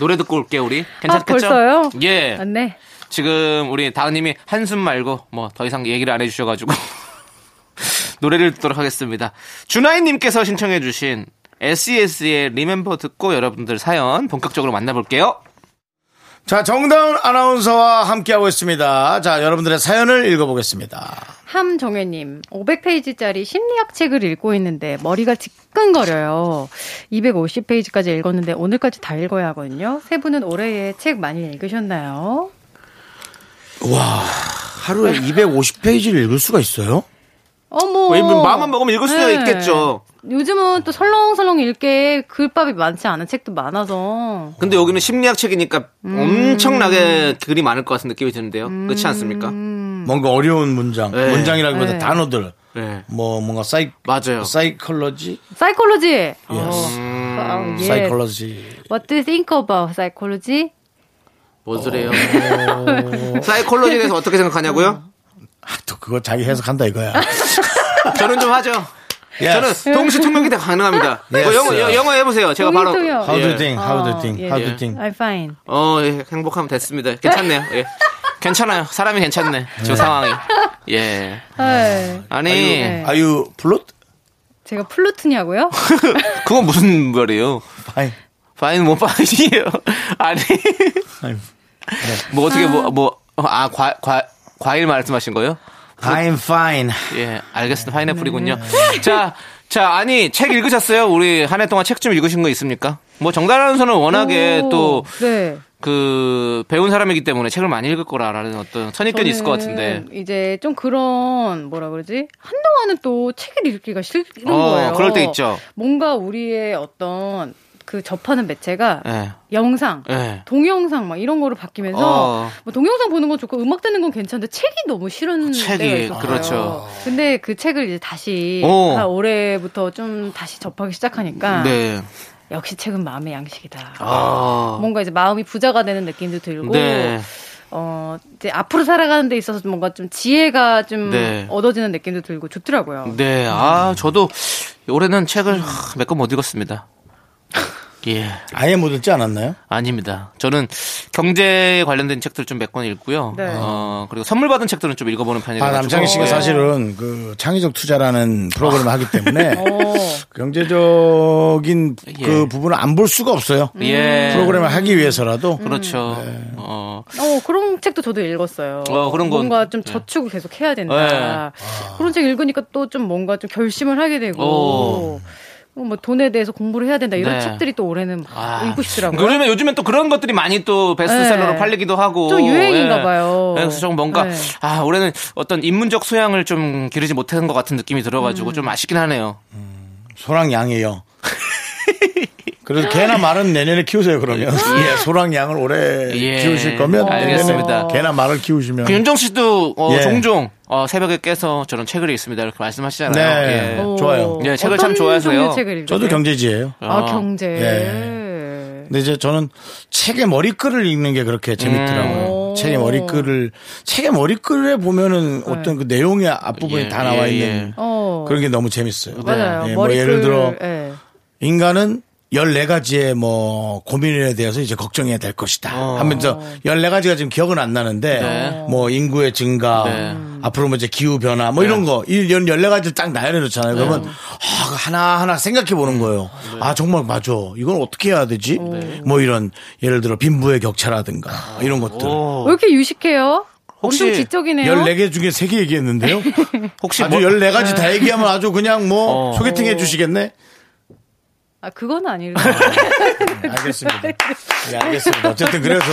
B: 노래 듣고 올게요, 우리. 괜찮겠죠?
F: 아, 벌써요?
B: 예.
F: 아, 네.
B: 지금 우리 다은님이 한숨 말고 뭐 더 이상 얘기를 안 해주셔가지고 노래를 듣도록 하겠습니다. 준하인님께서 신청해주신 E SES의 리멤버 듣고 여러분들 사연 본격적으로 만나볼게요.
A: 자, 정다운 아나운서와 함께하고 있습니다. 자, 여러분들의 사연을 읽어보겠습니다.
F: 함정혜님, 500페이지짜리 심리학 책을 읽고 있는데 머리가 지끈거려요. 250페이지까지 읽었는데 오늘까지 다 읽어야 하거든요. 세 분은 올해에 책 많이 읽으셨나요?
A: 하루에 250페이지를 읽을 수가 있어요?
F: 어머.
B: 왜 마음만 먹으면 읽을 수가
F: 네.
B: 있겠죠.
F: 요즘은 또 설렁설렁 읽게 글밥이 많지 않은 책도 많아서.
B: 근데 여기는 심리학 책이니까
F: 음.
B: 엄청나게 글이 많을 것 같은 느낌이 드는데요. 그렇지 않습니까?
F: 음.
A: 음. 뭔가 어려운 문장,
B: 네.
A: 문장이라기보다
F: 네.
A: 단어들.
B: 네.
A: 뭐, 뭔가 사이,
B: 맞아요.
A: 어. 사이컬러지?
F: 사이콜로지.
B: 음.
A: 사이컬러지.
F: 어. 예. What do you think about psychology?
B: 뭔 소리예요? 사이콜로지에 대해서 어떻게 생각하냐고요?
A: 아, 또 그거 자기 해석한다 이거야.
B: 저는 좀 하죠.
A: Yes.
B: 저는 동시 통역이 다 가능합니다.
A: Yes.
B: 뭐 영어, 영- 영어 해보세요. 제가 바로.
F: 동시 통역.
A: How do you
B: 예.
A: think? How
F: 어,
A: do you think? How do you
B: 예.
A: think?
F: I'm fine.
B: 어, 예, 행복하면 됐습니다. 괜찮네요. 예. 괜찮아요. 사람이 괜찮네. 지금 상황이. 예.
F: 네.
B: 아니,
F: 아이고,
A: Are you 플롯?
F: 제가 플루트냐고요?
B: 그건 무슨 말이에요?
A: 아이,
B: 파인 뭐 파인이에요. 아니,
A: 아이.
B: 뭐 어떻게 뭐, 뭐, 어, 아, 과, 과, 과일 말씀하신 거예요?
A: I'm fine.
B: 예, 알겠습니다. 파인애플이군요. 자, 자, 아니, 책 읽으셨어요? 우리 한 해 동안 책 좀 읽으신 거 있습니까? 뭐, 정단 아나운서는 워낙에
F: 오,
B: 또,
F: 네.
B: 그, 배운 사람이기 때문에 책을 많이 읽을 거라라는 어떤 선입견이 있을 것 같은데.
F: 저는 이제 좀 그런 뭐라 그러지 한동안은 또 책을 읽기가 싫은
B: 어,
F: 거예요.
B: 그럴 때 있죠.
F: 뭔가 우리의 어떤 그 접하는 매체가
B: 예.
F: 영상,
B: 예.
F: 동영상 막 이런 거로 바뀌면서
B: 어.
F: 뭐 동영상 보는 건 좋고 음악 듣는 건 괜찮은데 책이 너무 싫은
B: 아, 책이,
F: 때가 있었어요.
B: 그렇죠.
F: 근데 그 책을 이제 다시
B: 어.
F: 한 올해부터 좀 다시 접하기 시작하니까
B: 네.
F: 역시 책은 마음의 양식이다.
B: 아.
F: 뭔가 이제 마음이 부자가 되는 느낌도 들고
B: 네.
F: 어, 이제 앞으로 살아가는 데 있어서 뭔가 좀 지혜가 좀
B: 네.
F: 얻어지는 느낌도 들고 좋더라고요.
B: 네. 아, 저도 올해는
F: 음.
B: 책을 몇 권 못 읽었습니다. 예.
A: 아예 못 읽지 않았나요?
B: 아닙니다. 저는 경제에 관련된 책들 좀 몇 권 읽고요.
F: 네.
B: 어, 그리고 선물 받은 책들은 좀 네, 읽어보는 편이라서. 예,
A: 아, 남창희 씨가 사실은 그 창의적 투자라는 프로그램을 하기 때문에
F: 어,
A: 경제적인
B: 예.
A: 그 부분을 안 볼 수가 없어요.
B: 예.
A: 프로그램을 하기 위해서라도
F: 음.
B: 그렇죠.
A: 네.
B: 어,
F: 어, 그런 책도 저도 읽었어요.
B: 어, 그런 건- 예.
F: 뭔가 좀 저축을 계속 해야 된다. 그런 책 읽으니까 또 좀 뭔가 좀 결심을 하게 되고.
B: 오.
F: 뭐 돈에 대해서 공부를 해야 된다 이런
B: 어. 네.
F: 책들이 또 올해는 막
B: 아.
F: 읽고 싶더라고요.
B: 요즘에 요즘엔 또 그런 것들이 많이 또 베스트셀러로
F: 네.
B: 팔리기도 하고
F: 좀 유행인가 봐요.
B: 예. 그래서 좀 뭔가
F: 네.
B: 아 올해는 어떤 인문적 소양을 좀 기르지 못한 것 같은 느낌이 들어가지고
F: 음.
B: 좀 아쉽긴 하네요.
A: 소랑 양이에요. 그래서 개나 말은 내년에 키우세요 그러면 예, 소랑 양을 올해
B: 예.
A: 키우실 거면
B: 알겠습니다.
A: 내년에 개나 말을 키우시면
B: 그 윤정 씨도 어,
A: 음. 예.
B: 종종 어, 새벽에 깨서 저런 책을 읽습니다 이렇게 말씀하시잖아요.
A: 네
B: 예.
F: 오.
A: 좋아요.
B: 예, 책을 참
F: 어떤
B: 좋아해서요.
F: 종류의 책을 읽으세요?
A: 저도 경제지예요.
F: 어, 아
B: 어.
F: 경제.
A: 예. 근데 이제 저는 책의 머리글을 읽는 게 그렇게 재밌더라고요.
F: 오.
A: 책의 머리글을 책의 머리글에 보면은 어떤 그 내용의 앞부분이
B: 예,
A: 다 나와
B: 예,
A: 있는
F: 어.
A: 그런 게 너무 재밌어요.
F: 맞아요.
A: 예, 뭐 예를
F: 머리글,
A: 들어
F: 예.
A: 인간은 14가지의 뭐 고민에 대해서 이제 걱정해야 될 것이다 하면서 14가지가 지금 기억은 안 나는데
B: 어. 네.
A: 뭐 인구의 증가
B: 네.
A: 앞으로 뭐 이제 기후 변화 뭐 이런 거 이 14가지를 딱 나열해
B: 네.
A: 놓잖아요. 그러면 아, 그거 하나하나 생각해 보는 거예요. 아 정말 맞아. 이건 어떻게 해야 되지?
B: 네.
A: 뭐 이런 예를 들어 빈부의 격차라든가 뭐 이런 것들.
F: 왜 이렇게 유식해요?
B: 어. 혹시
F: 엄청 지적이네요.
A: 14개 중에 3개 얘기했는데요.
B: 혹시
A: 아주
B: 뭐,
A: 14가지 다 얘기하면 아주 그냥 뭐
B: 어.
A: 소개팅 해 주시겠네?
F: 아, 그건 아니래.
B: 네.
A: 알겠습니다. 예, 알겠습니다. 어쨌든 그래서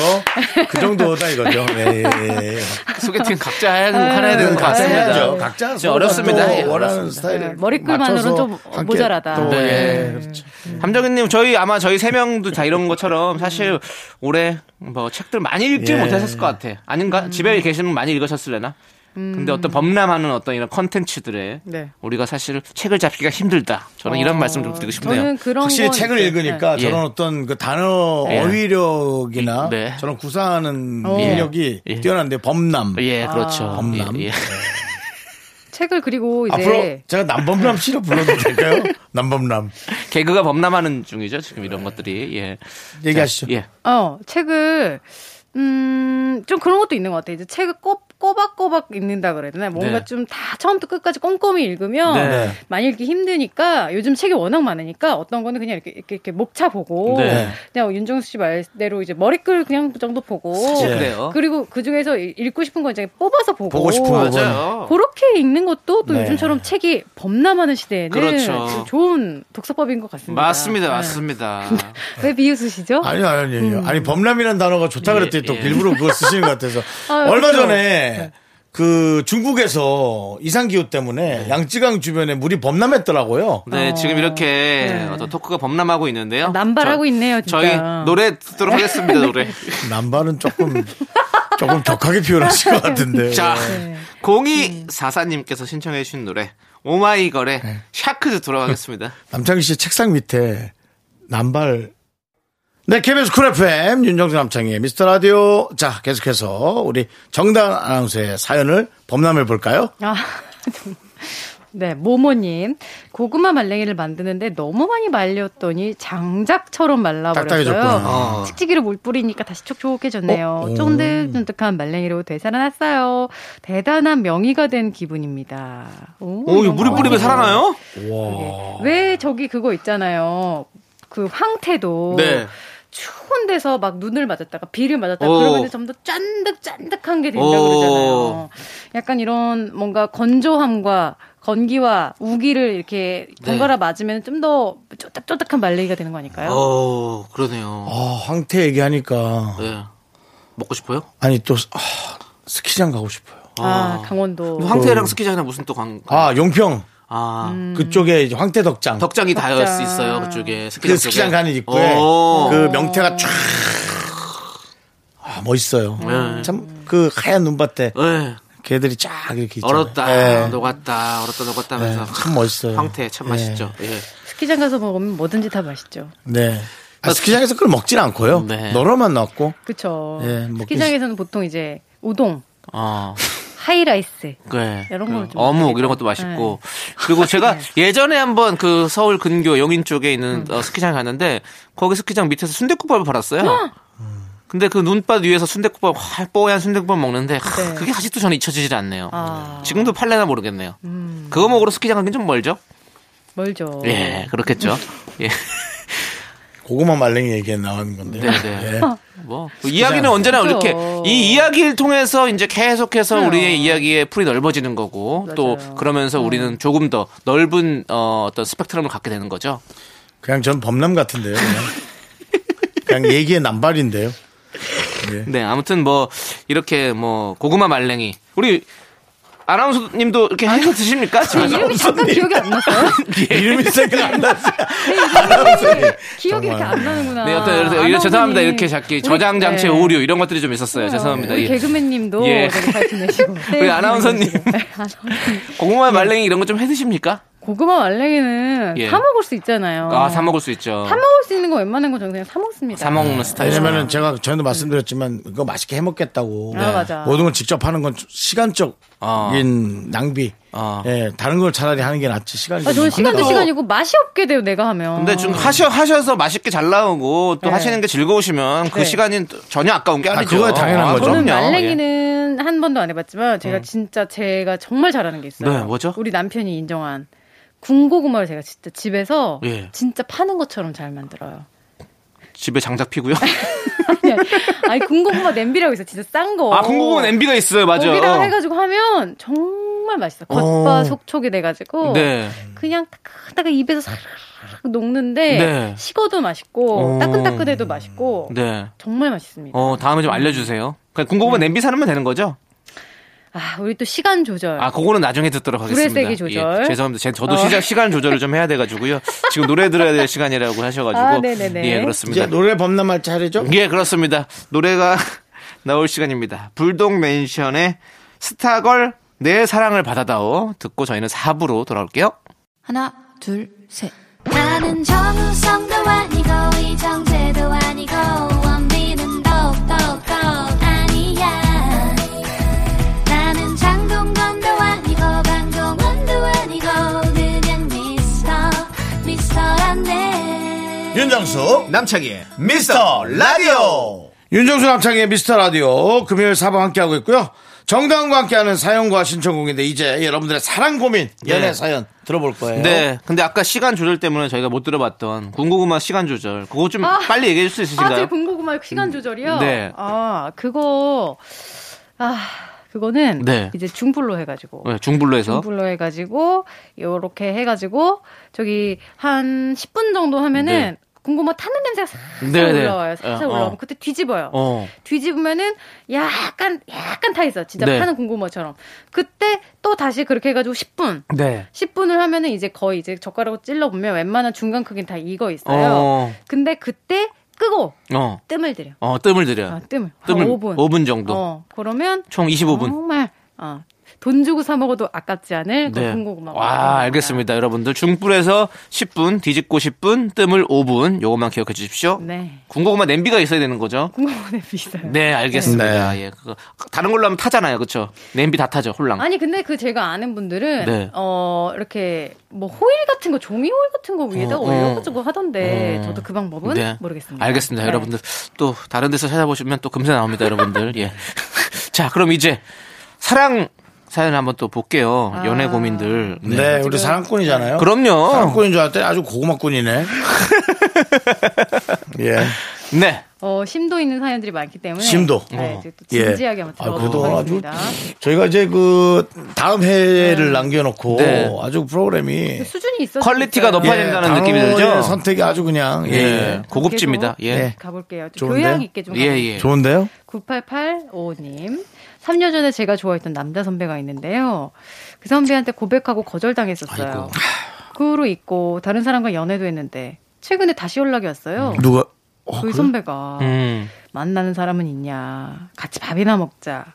A: 그 정도다 이거죠. 예, 예, 예.
B: 소개팅 각자 해야
F: 네.
B: 되는 하나 해야 되는 것
A: 각자
B: 같습니다.
A: 해야죠. 각자
B: 좀 어렵습니다.
A: 또
B: 예,
A: 원하는
B: 어렵습니다.
A: 스타일을
F: 네, 머리끌만으로는
A: 맞춰서
F: 좀
A: 함께
F: 모자라다.
A: 또,
B: 네.
A: 예, 그렇죠.
B: 함정희님 저희 아마 저희 세 명도 다 이런 것처럼 사실 올해 뭐 책들 많이 읽지
A: 예.
B: 못하셨을 것 같아. 아닌가? 집에 계시면 많이 읽으셨을래나? 근데 어떤 범람하는 어떤 이런 컨텐츠들에
F: 네.
B: 우리가 사실 책을 잡기가 힘들다. 저는 이런
F: 어,
B: 말씀 좀 드리고 싶네요.
F: 저는 그런
A: 확실히
F: 건
A: 책을
F: 있어요.
A: 읽으니까
B: 네.
A: 저런
B: 예.
A: 어떤 그 단어
B: 예.
A: 어휘력이나
B: 네.
A: 저런 구사하는
F: 어.
A: 능력이
B: 예.
A: 뛰어난데 범람.
B: 예,
F: 아.
B: 그렇죠.
A: 범람.
B: 예, 예.
F: 네. 책을 그리고 이제
A: 앞으로 제가 남범람 씨로 불러도 될까요? 남범람.
B: 개그가 범람하는 중이죠. 지금 이런 것들이. 예.
A: 얘기하시죠.
B: 예.
F: 어 책을 음 좀 그런 것도 있는 것 같아요. 이제 책을 꼽 꼬박꼬박 읽는다 그래야 되나? 뭔가
B: 네.
F: 좀 다 처음부터 끝까지 꼼꼼히 읽으면
B: 네.
F: 많이 읽기 힘드니까 요즘 책이 워낙 많으니까 어떤 거는 그냥 이렇게, 이렇게, 이렇게 목차 보고
B: 네.
F: 그냥 윤정수 씨 말대로 이제 머리글 그냥 그 정도 보고
B: 사실 그래요.
F: 리고그 중에서 읽고 싶은 건 이제 뽑아서 보고
A: 보고 싶은 거.
B: 맞아요.
F: 그렇게 읽는 것도 또
A: 네.
F: 요즘처럼 책이 범람하는 시대에는
B: 그렇죠.
F: 좋은 독서법인 것 같습니다.
B: 맞습니다,
F: 네.
B: 맞습니다.
F: 왜 비웃으시죠?
A: 아니요, 아니요, 아니요.
F: 음.
A: 아니, 범람이라는 단어가 좋다 그랬더니
B: 예,
A: 또
B: 예.
A: 일부러 그걸 쓰시는 것 같아서.
F: 아,
A: 얼마
F: 그렇죠.
A: 전에 그 중국에서 이상기후
F: 네.
A: 때문에 양쯔강 주변에 물이 범람했더라고요.
B: 네, 지금 이렇게
F: 네. 아,
B: 어떤 토크가 범람하고 있는데요.
F: 남발하고
B: 저-
F: 있네요, 진짜.
B: 아,
F: 네.
B: 저희 노래 듣도록 하겠습니다, 노래.
A: 남발은 조금, 조금 격하게 표현하신 것 같은데.
B: 자,
F: 네.
B: 공이 사사님께서 신청해 주신 노래 오마이걸의
A: 네.
B: 샤크즈 돌아가겠습니다.
A: 남창희 씨 책상 밑에 남발. 네, KBS 쿨 FM, 윤정수 남창희의 미스터 라디오. 자, 계속해서 우리 정다은 아나운서의 사연을 범람해 볼까요?
F: 아, 정말. 네, 모모님. 고구마 말랭이를 만드는데 너무 많이 말렸더니 장작처럼
A: 딱딱해졌구나.
F: 말라버렸어요. 칙칙이로 물 뿌리니까 다시 촉촉해졌네요.
A: 어?
F: 쫀득쫀득한 말랭이로 되살아났어요. 대단한 명의가 된 기분입니다.
B: 오, 이거
F: 이런
B: 물을
F: 거.
B: 뿌리면 살아나요?
F: 그게. 왜 저기 그거 있잖아요. 그 황태도
B: 네.
F: 추운 데서 막 눈을 맞았다가 비를 맞았다가
B: 오.
F: 그러면 좀 더 짠득짠득한 게 된다고
B: 오.
F: 그러잖아요. 약간 이런 뭔가 건조함과 건기와 우기를 이렇게
B: 네.
F: 번갈아 맞으면 좀 더 쪼딱쪼딱한 말레이가 되는 거 아닐까요?
B: 어, 그러네요.
A: 아, 황태 얘기하니까.
B: 네. 먹고 싶어요?
A: 아니, 또, 아, 스키장 가고 싶어요.
F: 아, 강원도.
B: 황태랑 스키장이랑 무슨 또 관, 아,
A: 아, 용평. 그쪽에 이제 황태덕장.
B: 음. 덕장이 다
F: 음. 덕장.
B: 수 있어요, 그쪽에. 스키장
A: 그 스키장
B: 쪽에.
A: 가는 입구에
B: 오.
A: 그 명태가 쫙. 아, 멋있어요.
B: 네.
A: 참, 그 하얀 눈밭에
B: 네.
A: 개들이 쫙 이렇게 있잖아요.
B: 얼었다,
A: 예.
B: 녹았다, 얼었다, 녹았다
A: 네,
B: 하면서.
A: 참 멋있어요.
B: 황태 참 맛있죠. 예.
F: 스키장 가서 먹으면 뭐든지 다 맛있죠.
A: 네. 아, 스키장에서 그걸 먹진 않고요.
B: 네.
A: 너러만 넣었고.
F: 그쵸.
A: 예, 먹기
F: 스키장에서는 보통 이제 우동,
B: 어.
F: 하이라이스.
B: 네. 그
F: 이런 걸좀 네.
B: 어묵
F: 먹어야겠다.
B: 이런 것도 맛있고 그리고 제가 예전에 한번 그 서울 근교 용인 쪽에 있는
F: 음.
B: 어, 스키장 갔는데 거기 스키장 밑에서 순대국밥을 팔았어요. 근데 그 눈밭 위에서 순대국밥 하, 뽀얀 순대국밥 먹는데 하,
F: 네.
B: 그게 아직도 저는 잊혀지질 않네요.
F: 아. 음.
B: 지금도 팔려나 모르겠네요. 그거 먹으러 스키장 가긴 좀 멀죠?
F: 멀죠.
B: 예, 그렇겠죠. 예,
A: 고구마 말랭이 얘기에 나온 건데.
B: 네, 네. 뭐그 이야기는 언제나
F: 그렇죠.
B: 이렇게 이 이야기를 통해서 이제 계속해서
F: 그래요.
B: 우리의 이야기의 풀이 넓어지는 거고 또
F: 맞아요. 음.
B: 그러면서 우리는 조금 더 넓은 어, 어떤 스펙트럼을 갖게 되는 거죠.
A: 그냥 전 범람 같은데요. 그냥, 그냥 얘기의 남발인데요.
B: 네, 아무튼 뭐 이렇게 뭐 고구마 말랭이 우리 아나운서님도 이렇게 해서 드십니까?
F: 제
B: 집에서?
F: 이름이 잠깐 기억이 안 났어요?
B: 예.
A: 이름이 생각 안 나세요.
F: 제 이름이 기억이 이렇게 안 나는구나.
B: 네, 어떤 이렇게
F: 아나운서님.
B: 죄송합니다. 이렇게 자기 저장 장치
F: 우리- 네.
B: 오류 이런 것들이 좀 있었어요. 죄송합니다.
F: 우리
B: 예.
F: 개그맨님도
B: 예.
F: 되게 잘 지내시고 네,
B: 아나운서님.
F: 네, 아나운서님.
B: 고구마 말랭이 이런 거 좀 해드십니까?
F: 고구마 말랭이는
B: 예.
F: 사 먹을 수 있잖아요.
B: 아, 사 먹을 수 있죠.
F: 어. 사 먹을 수 있는 거 웬만한 거 저는 그냥 사 먹습니다.
B: 사 먹는 스타일.
A: 왜냐면은 제가 전에도 말씀드렸지만 그거 맛있게 해 먹겠다고.
F: 그렇죠. 아, 맞아.
A: 모든 걸 직접 하는 건 시간적인
B: 어.
A: 낭비.
B: 어.
A: 예, 다른 걸 차라리 하는 게 낫지 시간이.
F: 아, 저는
A: 좀
F: 시간도
A: 아까워.
F: 시간이고 맛이 없게 돼요 내가 하면.
B: 근데 좀 하셔 하셔서 맛있게 잘 나오고 또
F: 아. 네.
B: 하시는 게 즐거우시면 그
F: 네.
B: 시간이 또 전혀 아까운 게
A: 아,
B: 아니죠.
A: 그거야 당연한 거죠.
F: 저는
B: 그럼요. 예. 음.
F: 말랭이는 한 번도 안 해봤지만 제가 진짜 제가 정말 잘하는 게 있어요.
B: 네, 뭐죠?
F: 우리 남편이 인정한 군고구마를 제가 진짜 집에서
B: 예.
F: 진짜 파는 것처럼 잘 만들어요.
B: 예. 집에 장작 피고요.
F: 아니, 아니 군고구마 냄비라고 있어 진짜 싼 거.
B: 아 궁금한 MB가 있어요, 맞아.
F: 거기다가 해가지고 하면 정말 맛있어. 겉바 속촉이 돼가지고
B: 네.
F: 그냥 따끈따끈 입에서 사르르 녹는데
B: 네.
F: 식어도 맛있고
B: 어.
F: 따끈따끈해도 맛있고
B: 네.
F: 정말 맛있습니다.
B: 어 다음에 좀 알려주세요. 그냥
F: 음.
B: 궁금한 냄비 사면 되는 거죠?
F: 아 우리 또 시간 조절.
B: 아 그거는 나중에 듣도록 하겠습니다.
F: 네. 불의 세기 조절.
B: 예, 죄송합니다. 제- 저도
F: 어.
B: 시작 시간 조절을 좀 해야 돼가지고요. 지금 노래 들어야 될 시간이라고 하셔가지고
F: 아, 네네네.
B: 예
A: 이제
B: 그렇습니다.
A: 노래 범람할 차례죠?
B: 예, 그렇습니다. 노래가 나올 시간입니다. 불독 맨션의 스타걸 내 사랑을 받아다오 듣고 저희는 4부로 돌아올게요.
G: 하나, 둘, 셋.
E: 나는 정우성도 아니고 이정재도 아니고 원빈은 더욱더 아니야 나는 장동건도 아니고 방종원도 아니고 그냥 미스터 미스터란데
A: 윤정수 남창희의 미스터 라디오 윤정수 남창희의 미스터 라디오 금요일 사방 함께하고 있고요 정다은과 함께하는 사연과 신청곡인데 이제 여러분들의 사랑 고민 연애
B: 네.
A: 사연 들어볼 거예요.
B: 네. 근데 아까 시간 조절 때문에 저희가 못 들어봤던 군고구마 시간 조절. 그거 좀
F: 아.
B: 빨리 얘기해 줄 수
F: 아, 제
B: 있으신가요?
F: 군고구마 시간 조절이요?
B: 네.
F: 아, 그거, 아, 그거는
B: 네.
F: 이제 중불로 해가지고.
B: 네, 중불로 해서.
F: 중불로 해가지고, 요렇게 해가지고, 저기 한 10분 정도 하면은
B: 네.
F: 군고구마 타는 냄새가 살살
B: 네, 네.
F: 올라와요. 살살
B: 어, 어.
F: 올라오면 그때 뒤집어요.
B: 어.
F: 뒤집으면은 약간, 약간 타있어. 진짜
B: 네.
F: 파는 군고구마처럼. 그때 또 다시 그렇게 해가지고 10분.
B: 네.
F: 10분을 하면은 이제 거의 이제 젓가락으로 찔러보면 웬만한 중간 크기는 다 익어 있어요.
B: 어.
F: 근데 그때 끄고
B: 어.
F: 뜸을 들여.
B: 어, 뜸을 들여.
F: 아,
B: 요
F: 뜸을.
B: 뜸을
F: 한 5분.
B: 정도.
F: 어, 그러면
B: 총 25분.
F: 정말 어, 돈 주고 사 먹어도 아깝지 않을 그
B: 네.
F: 군고구마.
B: 와, 알겠습니다. 여러분들 중불에서 10분, 뒤집고 10분, 뜸을 5분. 요것만 기억해 주십시오.
F: 네.
B: 군고구마 냄비가 있어야 되는 거죠.
F: 군고구마 비싸요.
B: 네, 알겠습니다. 예. 그거 다른 걸로 하면 타잖아요. 그렇죠? 냄비 다 타죠. 홀랑.
F: 아니 근데 그 제가 아는 분들은
B: 네.
F: 어 이렇게 뭐 호일 같은 거 종이 호일 같은 거 위에다가
B: 어, 어.
F: 올려가지고 하던데
B: 어.
F: 저도 그 방법은
B: 네.
F: 모르겠습니다.
B: 알겠습니다.
F: 네.
B: 여러분들 또 다른 데서 찾아보시면 또 금세 나옵니다. 여러분들. 예. 자, 그럼 이제 사랑 사연 한번 또 볼게요.
F: 아.
B: 연애 고민들.
A: 네, 우리 사랑꾼이잖아요.
B: 그럼요.
A: 사랑꾼인 줄 알았더니 아주 고구마꾼이네. 예.
B: 네.
F: 어 심도 있는 사연들이 많기 때문에
A: 심도.
F: 네,
B: 어.
F: 이제 또
A: 예.
F: 진지하게 한번
A: 아, 그래도
F: 들어보도록
A: 아주 예.
F: 하겠습니다.
A: 저희가 이제 그 다음 해를 남겨놓고
B: 네.
A: 아주 프로그램이 예,
F: 수준이 있어.
B: 퀄리티가 높아진다는 느낌이
A: 단어의
B: 들죠?
A: 선택이 아주 그냥 예.
B: 예. 고급집니다. 예.
A: 네.
F: 가볼게요. 좀
A: 좋은데요?
F: 교양 있게 좀.
B: 예, 예.
A: 좋은데요?
F: 98855님. 3년 전에 제가 좋아했던 남자 선배가 있는데요. 그 선배한테 고백하고 거절당했었어요. 그 후로 있고 다른 사람과 연애도 했는데 최근에 다시 연락이 왔어요.
A: 누가
F: 그 선배가
B: 음.
F: 만나는 사람은 있냐. 같이 밥이나 먹자.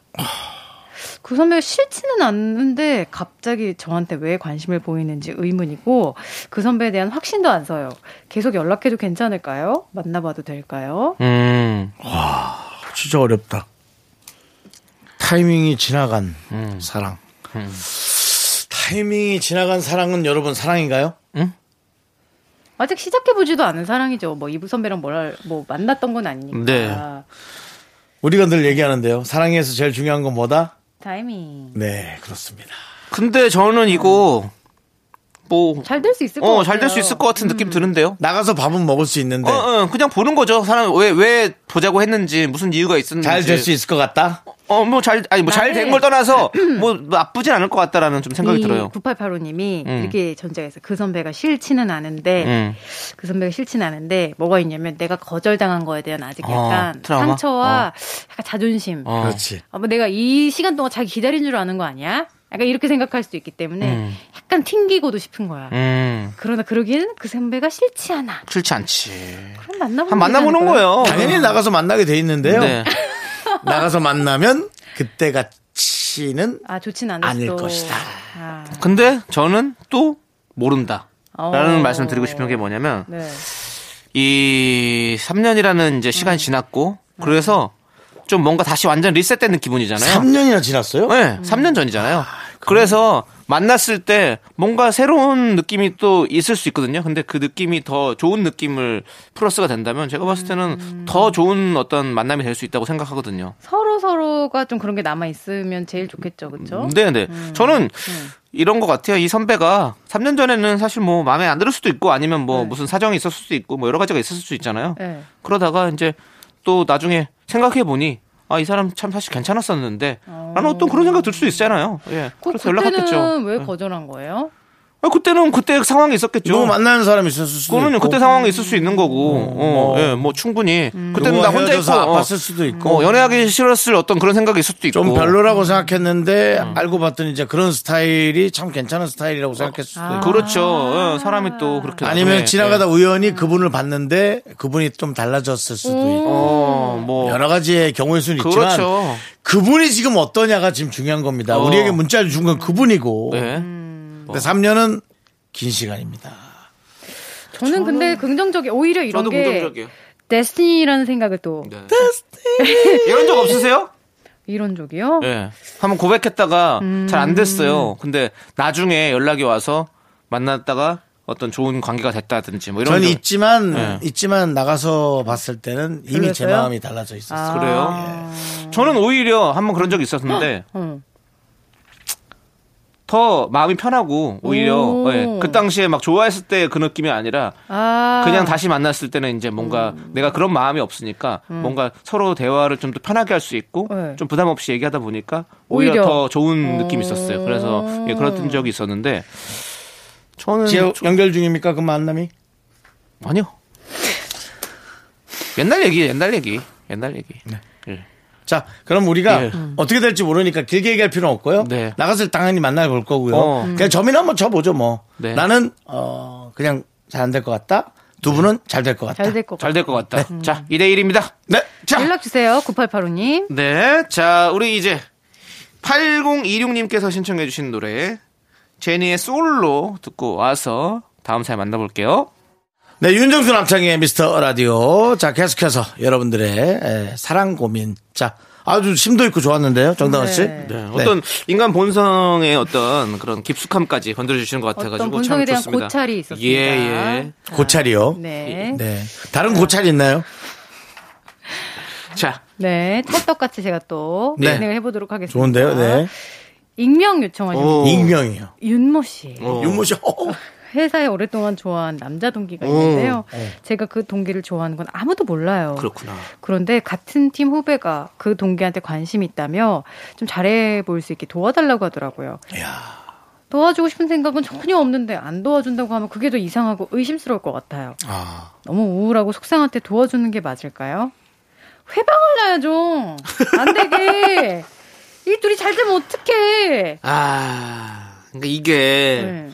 F: 그 선배가 싫지는 않는데 갑자기 저한테 왜 관심을 보이는지 의문이고 그 선배에 대한 확신도 안 서요. 계속 연락해도 괜찮을까요? 만나봐도 될까요?
B: 음.
A: 진짜 어렵다. 타이밍이 지나간
B: 음.
A: 사랑. 타이밍이 지나간 사랑은 여러분 사랑인가요?
F: 아직 시작해보지도 않은 사랑이죠. 뭐 이부 선배랑 뭘, 뭐 만났던 건 아니니까.
B: 네.
A: 우리가 늘 얘기하는데요. 사랑에서 제일 중요한 건 뭐다?
F: 타이밍.
A: 네, 그렇습니다.
B: 근데 저는 이거 뭐
F: 잘 될 수 있을 것
B: 어,
F: 같아요. 음.
B: 잘 될 수 있을 것 같은 느낌 드는데요.
A: 나가서 밥은 먹을 수 있는데
B: 어, 어, 그냥 보는 거죠. 사람 왜 왜 보자고 했는지 무슨 이유가 있었는지.
A: 잘 될 수 있을 것 같다.
B: 어, 뭐 잘, 아니, 뭐 잘
F: 네.
B: 된 걸 떠나서 뭐 나쁘진 않을 것 같다라는 좀 생각이 들어요.
F: 9885님이
B: 음.
F: 이렇게 전제해서 그 선배가 싫지는 않은데
B: 음.
F: 그 선배가 싫지는 않은데 뭐가 있냐면 내가 거절당한 거에 대한 아직
B: 어,
F: 약간
B: 트라우마?
F: 상처와 약간 자존심.
B: 어.
A: 그렇지.
F: 아, 뭐 내가 이 시간 동안 자기 기다린 줄 아는 거 아니야? 약간 이렇게 생각할 수도 있기 때문에
B: 음.
F: 약간 튕기고도 싶은 거야.
B: 음.
F: 그러나 그러기에는 그 선배가 싫지 않아.
B: 싫지 않지.
F: 그럼 만나보는
B: 한 만나보는
F: 거잖아요.
B: 거예요.
A: 당연히 나가서 만나게 돼 있는데요.
B: 어. 네.
A: 나가서 만나면 그때 가치는
F: 아, 좋진 않을
A: 아닐
F: 수도.
A: 것이다.
F: 아,
B: 근데 저는 또 모른다. 라는
F: 어.
B: 말씀 드리고 싶은 게 뭐냐면
F: 네.
B: 이 3년이라는 이제 시간이 지났고 그래서 좀 뭔가 다시 완전 리셋되는 기분이잖아요.
A: 3년이나 지났어요?
B: 네, 3년 전이잖아요. 그래서 만났을 때 뭔가 새로운 느낌이 또 있을 수 있거든요. 근데 그 느낌이 더 좋은 느낌을 플러스가 된다면 제가 봤을 때는 더 좋은 어떤 만남이 될 수 있다고 생각하거든요.
F: 서로 서로가 좀 그런 게 남아 있으면 제일 좋겠죠, 그렇죠?
B: 네, 네. 저는 이런 것 같아요. 이 선배가 3년 전에는 사실 뭐 마음에 안 들을 수도 있고 아니면 뭐
F: 네.
B: 무슨 사정이 있었을 수도 있고 뭐 여러 가지가 있었을 수 있잖아요.
F: 네.
B: 그러다가 이제 또 나중에 생각해 보니 아, 이 사람 참 사실 괜찮았었는데 라는 어떤 그런 생각 들 수도 있잖아요. 예. 그래서 연락했겠죠. 네.
F: 그때는 왜 거절한 거예요?
B: 아, 그때는 그때 상황이 있었겠죠.
A: 누구 만나는 사람이 있었을 수도
B: 그거는
A: 있고
B: 그때 상황이 있을 수 있는 거고, 어, 예, 뭐 충분히
A: 음.
B: 그때는
A: 누구와
B: 나 혼자 있고
A: 헤어져서
B: 어,
A: 아팠을 수도 있고
B: 어, 연애하기 싫었을 어떤 음. 그런 생각이 있을 수도 있고,
A: 좀 별로라고 생각했는데 알고 봤더니 이제 그런 스타일이 참 괜찮은 스타일이라고 생각했을 수도 있고
B: 그렇죠. 예, 사람이 또 그렇게 나중에, 네,
A: 아니면 지나가다 우연히 그분을 봤는데 그분이 좀 달라졌을 수도 있고
B: 어, 뭐
A: 여러 가지의 경우일 수는 있지만
B: 그렇죠.
A: 그분이 지금 어떠냐가 지금 중요한 겁니다.
B: 어.
A: 우리에게 문자를 준 건 그분이고
B: 네.
A: 근데 3년은 긴 시간입니다.
F: 저는 근데 긍정적이 오히려 이런
B: 저도
F: 게
B: 긍정적이에요.
F: 데스티니라는 생각을 또
B: 네. 이런 적 없으세요?
F: 이런 적이요?
B: 예. 한번 고백했다가 잘 안 됐어요. 근데 나중에 연락이 와서 만났다가 어떤 좋은 관계가 됐다든지 뭐 이런
A: 저는
B: 좀-
A: 있지만
B: 네.
A: 있지만 나가서 봤을 때는 이미 제
F: 그랬어요? 아.
A: 마음이 달라져 있었어요.
B: 아. 그래요? 예. 저는 오히려 한번 그런 적이 있었는데
F: 응.
B: 더 마음이 편하고 오히려
F: 오.
B: 예, 그 당시에 막 좋아했을 때 그 느낌이 아니라
F: 아.
B: 그냥 다시 만났을 때는 이제 뭔가 내가 그런 마음이 없으니까 뭔가 서로 대화를 좀 더 편하게 할 수 있고
F: 네.
B: 좀 부담 없이 얘기하다 보니까 오히려,
F: 오히려.
B: 더 좋은 느낌이 있었어요. 그래서 예, 그랬던 적이 있었는데 저는
A: 지금 연결 중입니까 그 만남이?
B: 아니요. 옛날 얘기, 옛날 얘기, 옛날 얘기. 예.
A: 자, 그럼 우리가
B: 예.
F: 음.
A: 어떻게 될지 모르니까 길게 얘기할 필요는 없고요.
B: 네.
A: 나가서 당연히 만날 볼 거고요.
B: 어.
F: 음.
A: 그냥 점이나 한번 쳐보죠 뭐.
B: 네.
A: 나는 어 그냥 잘 안 될 것 같다. 두
B: 네.
A: 분은 잘 될 것 같다.
F: 잘 될 것
B: 잘
F: 같아요.
B: 될 것
F: 네.
B: 같다. 자, 2대 1입니다.
A: 네, 자
F: 연락 주세요. 9885님.
B: 네. 자, 우리 이제 8026님께서 신청해주신 노래 제니의 솔로 듣고 와서 다음 사연 만나볼게요.
A: 네, 윤정수 남창의 미스터 라디오. 자, 계속해서 여러분들의 에, 사랑 고민. 자, 아주 심도 있고 좋았는데요, 정다은 씨.
F: 네.
B: 네, 어떤 인간 본성의 어떤 그런 깊숙함까지 건드려 주시는 것 같아가지고
F: 어떤 본성에
B: 참
F: 대한
B: 좋습니다.
F: 고찰이 있었습니다.
B: 예, 예.
A: 고찰이요. 네.
F: 네. 네.
A: 다른 고찰 있나요?
B: 자,
F: 네. 찰떡같이 제가 또
A: 네.
F: 진행을 해보도록 하겠습니다.
A: 좋은데요, 네.
F: 익명 요청하신 분.
B: 오.
A: 익명이요.
F: 윤모 씨.
B: 어.
A: 윤모 씨, 어,
F: 회사에 오랫동안 좋아한 남자
B: 음.
F: 동기가 있는데요. 제가 그 동기를 좋아하는 건 아무도 몰라요.
B: 그렇구나.
F: 그런데 같은 팀 후배가 그 동기한테 관심이 있다며 좀 잘해 보일 수 있게 도와달라고 하더라고요. 도와주고 싶은 생각은 전혀 없는데 안 도와준다고 하면 그게 더 이상하고 의심스러울 것 같아요. 너무 우울하고 속상할 때 도와주는 게 맞을까요? 회방을 놔야죠. 안 되게. 이 둘이 잘 되면 어떡해.
B: 아, 그러니까 이게
F: 네.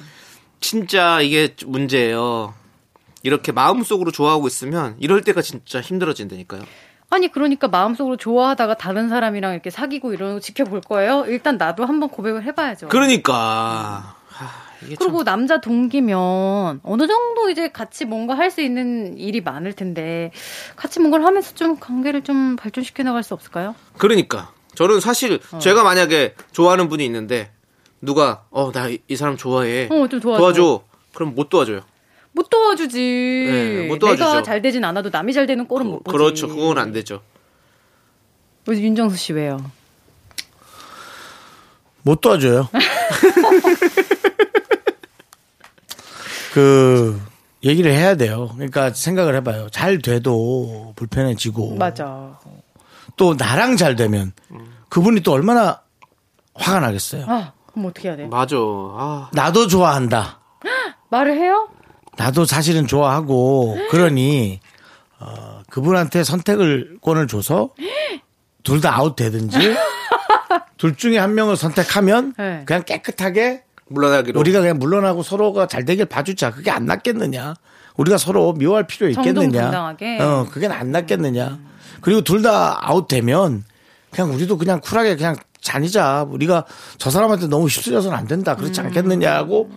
B: 진짜 이게 문제예요. 이렇게 마음속으로 좋아하고 있으면 이럴 때가 진짜 힘들어진다니까요.
F: 아니 그러니까 마음속으로 좋아하다가 다른 사람이랑 이렇게 사귀고 이런 거 지켜볼 거예요. 일단 나도 한번 고백을
B: 그렇죠.
F: 해봐야죠.
B: 그러니까. 아, 이게 참-
F: 그리고 남자 동기면 어느 정도 이제 같이 뭔가 할 수 있는 일이 많을 텐데 같이 뭔가를 하면서 좀 관계를 좀 발전시켜 나갈 수 없을까요?
B: 그러니까 저는 사실
F: 어.
B: 제가 만약에 좋아하는 분이 있는데 누가 어 나 이 사람 좋아해
F: 어, 좀 도와줘.
B: 도와줘 그럼 못 도와줘요
F: 못 도와주지.
B: 네, 못 도와주죠.
F: 내가 잘 되진 않아도 남이 잘 되는 꼴은 못 보지.
B: 그렇죠 그건 안 되죠
F: 우리 윤정수 씨 왜요?
A: 못 도와줘요. 그, 얘기를 해야 돼요. 그러니까 생각을 해봐요. 잘 돼도
B: 뭐.
A: 불편해지고.
F: 맞아.
A: 또 나랑 잘 되면 그분이 또 얼마나 화가 나겠어요.
F: 아 그럼 어떻게 해야 돼?
B: 맞아 아
A: 나도 좋아한다.
F: 말을 해요?
A: 나도 사실은 좋아하고 그러니 어, 그분한테 선택을 권을 줘서 둘 다 아웃 되든지 둘 중에 한 명을 선택하면
F: 네.
A: 그냥 깨끗하게
B: 물러나기로
A: 우리가 그냥 물러나고 서로가 잘 되길 봐주자. 그게 안 낫겠느냐? 우리가 서로 미워할 필요 있겠느냐?
F: 정정당당하게.
A: 어, 그게 안 낫겠느냐? 그리고 둘 다 아웃되면 그냥 우리도 그냥 쿨하게 그냥 자니자. 우리가 저 사람한테 너무 휩쓸려서는 안 된다. 그렇지
F: 음.
A: 않겠느냐고.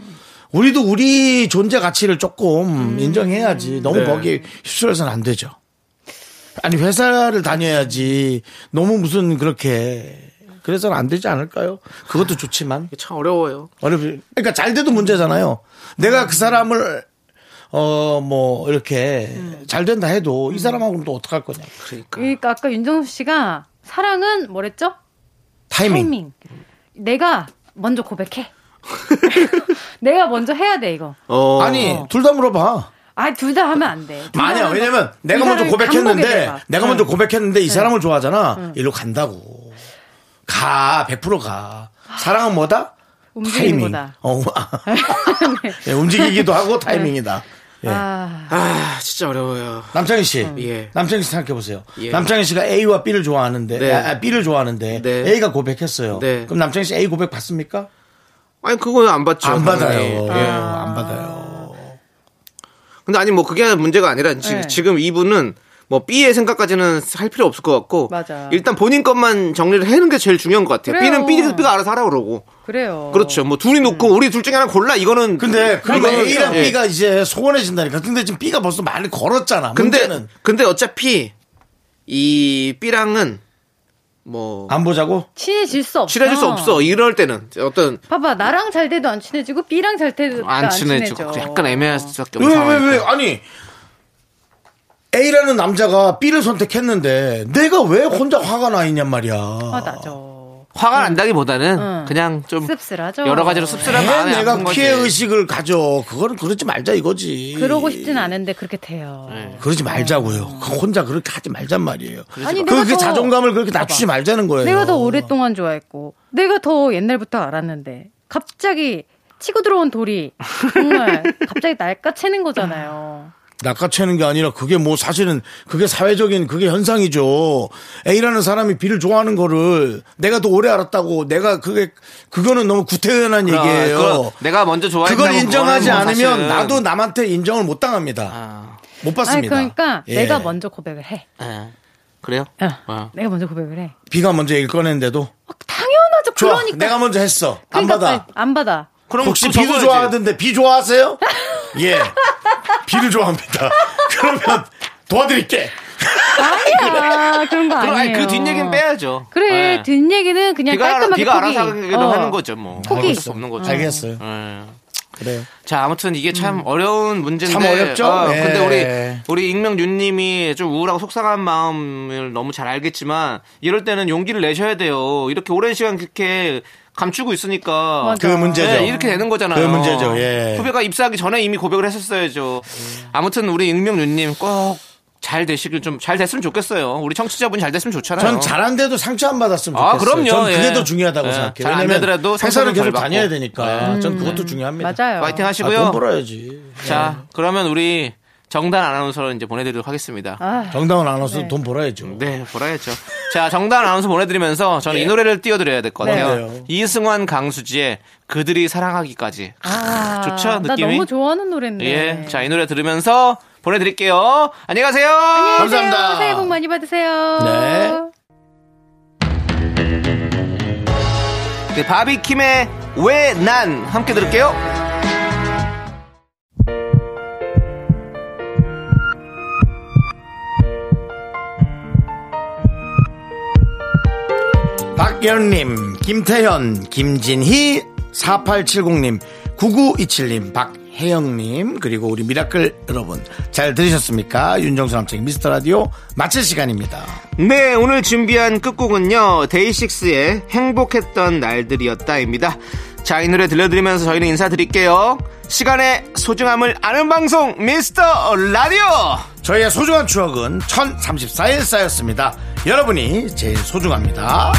A: 우리도 우리 존재 가치를 조금
F: 음.
A: 인정해야지. 너무
B: 네.
A: 거기에 휩쓸려서는 안 되죠. 아니 회사를 다녀야지. 너무 무슨 그렇게 그래서는 안 되지 않을까요? 그것도 좋지만
B: 이게 참 어려워요
A: 어렵지. 그러니까 잘 돼도 문제잖아요. 내가 그 사람을 어 뭐 이렇게
F: 음.
A: 잘 된다 해도 이 사람하고는 또 어떡할 거냐.
B: 그러니까
F: 그러니까 아까 윤정수 씨가 사랑은 뭐랬죠?
A: 타이밍.
F: 타이밍. 내가 먼저 고백해. 내가 먼저 해야 돼 이거.
B: 어
A: 아니 둘 다 물어봐.
F: 아둘 다 하면 안 돼. 둘다
A: 아니야
F: 하면
A: 왜냐면
F: 막
A: 내가
F: 이
A: 먼저
F: 사람이
A: 고백했는데
F: 반복이 돼가.
A: 내가
F: 응.
A: 먼저 고백했는데 이 사람을 좋아하잖아. 일로 간다고. 가 100%가 사랑은 뭐다? 타이밍.
F: 움직이는 거다.
A: 어, 예, 움직이기도 하고 타이밍이다. 예.
F: 아,
B: 아 진짜 어려워요
A: 남창희 씨,
B: 예.
A: 남창희 씨 생각해 보세요.
B: 예.
A: 남창희 씨가 A와 B를 좋아하는데,
B: 네.
A: 아, 아, B를 좋아하는데
B: 네.
A: A가 고백했어요.
B: 네.
A: 그럼 남창희 씨 A 고백 받습니까?
B: 아니 그건 안 받죠
A: 안 받아요.
B: 당연히.
A: 예,
B: 예.
A: 안 받아요.
B: 근데 아니 뭐 그게 문제가 아니라 지-
F: 네.
B: 지금 이분은 뭐 B의 생각까지는 할 필요 없을 것 같고
F: 맞아.
B: 일단 본인 것만 정리를 해는 게 제일 중요한 것 같아요.
F: 그래요. 어.
B: B는 B, B가 알아서 하라 그러고
F: 그래요.
B: 그렇죠. 뭐 둘이 놓고 우리 둘 중에 하나 골라 이거는
A: 근데 그리고
B: 이거는-
A: 그러니까 A랑
B: 예.
A: B가 이제 소원해진다니까. 근데 지금 B가 벌써 말을 걸었잖아.
B: 근데
A: 문제는
B: 근데 어차피 이 B랑은 뭐
A: 안 보자고?
F: 친해질 수 없어.
B: 친해질 수 없어. 이럴 때는 어떤
F: 봐봐, 나랑 잘 돼도 안 친해지고, B랑 잘 돼도
B: 안 친해지고 약간 애매할 수밖에 없는
A: 그러니까 왜 왜 왜
B: 상황.
A: 아니 A라는 남자가 B를 선택했는데 내가 왜 혼자 화가 나 있냔 말이야.
F: 아, 화나죠.
B: 화가 난다기보다는
F: 응.
B: 그냥 좀
F: 씁쓸하죠.
B: 여러 가지로 씁쓸한
A: 왜
B: 마음이
A: 네, 내가
B: 아픈
A: 피해
B: 거지.
A: 의식을 가져. 그거는 그러지 말자 이거지.
F: 그러고 싶진 않은데 그렇게 돼요.
A: 그러지 말자고요. 그 혼자 그렇게 하지 말잔 말이에요.
F: 아니,
A: 그- 그렇게
F: 더-
A: 자존감을 그렇게 낮추지 말자는 거예요.
F: 내가 더 오랫동안 좋아했고 내가 더 옛날부터 알았는데 갑자기 치고 들어온 돌이 정말 갑자기 날까채는 거잖아요.
A: 낚아채는 게 아니라 그게 뭐 사실은 그게 사회적인 그게 현상이죠. A라는 사람이 B를 좋아하는 거를 내가 더 오래 알았다고 내가 그게 그거는 너무 구태연한
B: 그럼,
A: 얘기예요.
B: 그거 내가 먼저 좋아했다고
A: 그걸 인정하지
B: 그거는 뭐
A: 않으면
B: 사실은-
A: 나도 남한테 인정을 못 당합니다.
B: 아,
A: 못
F: 아니
A: 봤습니다.
F: 그러니까
A: 예.
F: 내가 먼저 고백을 해.
B: 예. 그래요?
F: 어,
A: 아.
B: 어.
F: 내가 먼저 고백을 해.
A: B가 먼저 얘기를 꺼냈는데도
F: 어, 당연하죠.
A: 좋아.
F: 그러니까
A: 내가 먼저 했어. 안
F: 그러니까
A: 받아.
F: 빨리- 안 받아.
B: 그럼
A: 혹시
B: 또
A: B도
B: 적어야지.
A: 좋아하던데 B 좋아하세요? 예. B를 좋아합니다. 그러면 도와드릴게.
F: 아니야 그런 거
B: 그럼 아니
F: 아니에요.
B: 그 뒷얘기는 빼야죠.
F: 그래
B: 예.
F: 뒷얘기는 그냥
B: 비가 알아,
F: 깔끔하게
B: 비가
F: 포기.
B: 알아서 하기로
F: 어.
B: 하는 거죠, 뭐.
F: 포기.
B: 어쩔 수 없는 거죠.
A: 알겠어요.
B: 예.
A: 그래요.
B: 자, 아무튼 이게 참 어려운 문제인데.
A: 음. 참 어렵죠?
B: 어,
A: 예.
B: 근데 우리, 우리 익명윤님이 좀 우울하고 속상한 마음을 너무 잘 알겠지만, 이럴 때는 용기를 내셔야 돼요. 이렇게 오랜 시간 그렇게 감추고 있으니까.
F: 맞아.
A: 그 문제죠.
B: 네, 이렇게 되는 거잖아요.
A: 그 문제죠, 예. 음.
B: 후배가 입사하기 전에 이미 고백을 했었어야죠. 아무튼 우리 익명윤님 꼭 잘 되시길 좀 잘 됐으면 좋겠어요. 우리 청취자분 이잘 됐으면 좋잖아요.
A: 전 잘한데도 상처 안 받았으면 좋겠어요.
B: 네. 아, 그럼요.
A: 전 그게
B: 예.
A: 더 중요하다고
B: 예.
A: 생각해요.
B: 잘안
A: 왜냐면
B: 되더라도
A: 회사를
B: 상처는
A: 계속
B: 덜 받고.
A: 다녀야 되니까. 전 그것도 중요합니다.
F: 맞아요.
B: 파이팅
A: 아,
B: 하시고요.
A: 돈 벌어야지. 예.
B: 자, 그러면 우리 정단 아나운서를 이제 보내드리도록 하겠습니다.
F: 아,
A: 예. 정당은 안 와서 돈 벌어야죠.
B: 네, 보라야죠. 자, 정단 아나운서 보내드리면서 저는 이 노래를 띄워드려야 될 것 같아요.
A: 네.
B: 이승환 강수지의 그들이 사랑하기까지.
F: 아,
B: 좋죠,
F: 나
B: 느낌이?
F: 너무 좋아하는 노래인데.
B: 예, 자, 이 노래 들으면서 보내드릴게요. 안녕히 가세요.
A: 감사합니다.
F: 새해 복 많이 받으세요.
A: 네.
B: 네, 바비킴의 왜 난 함께 들을게요.
A: 박연님, 김태현, 김진희, 4870님, 9927님, 박혜영님, 그리고 우리 미라클 여러분. 잘 들으셨습니까? 윤정수 남창 미스터 라디오 마칠 시간입니다.
B: 네, 오늘 준비한 끝곡은요. 데이식스의 행복했던 날들이었다입니다. 자, 이 노래 들려드리면서 저희는 인사드릴게요. 시간의 소중함을 아는 방송, 미스터 라디오!
A: 저희의 소중한 추억은 1034일 쌓였습니다. 여러분이 제일 소중합니다.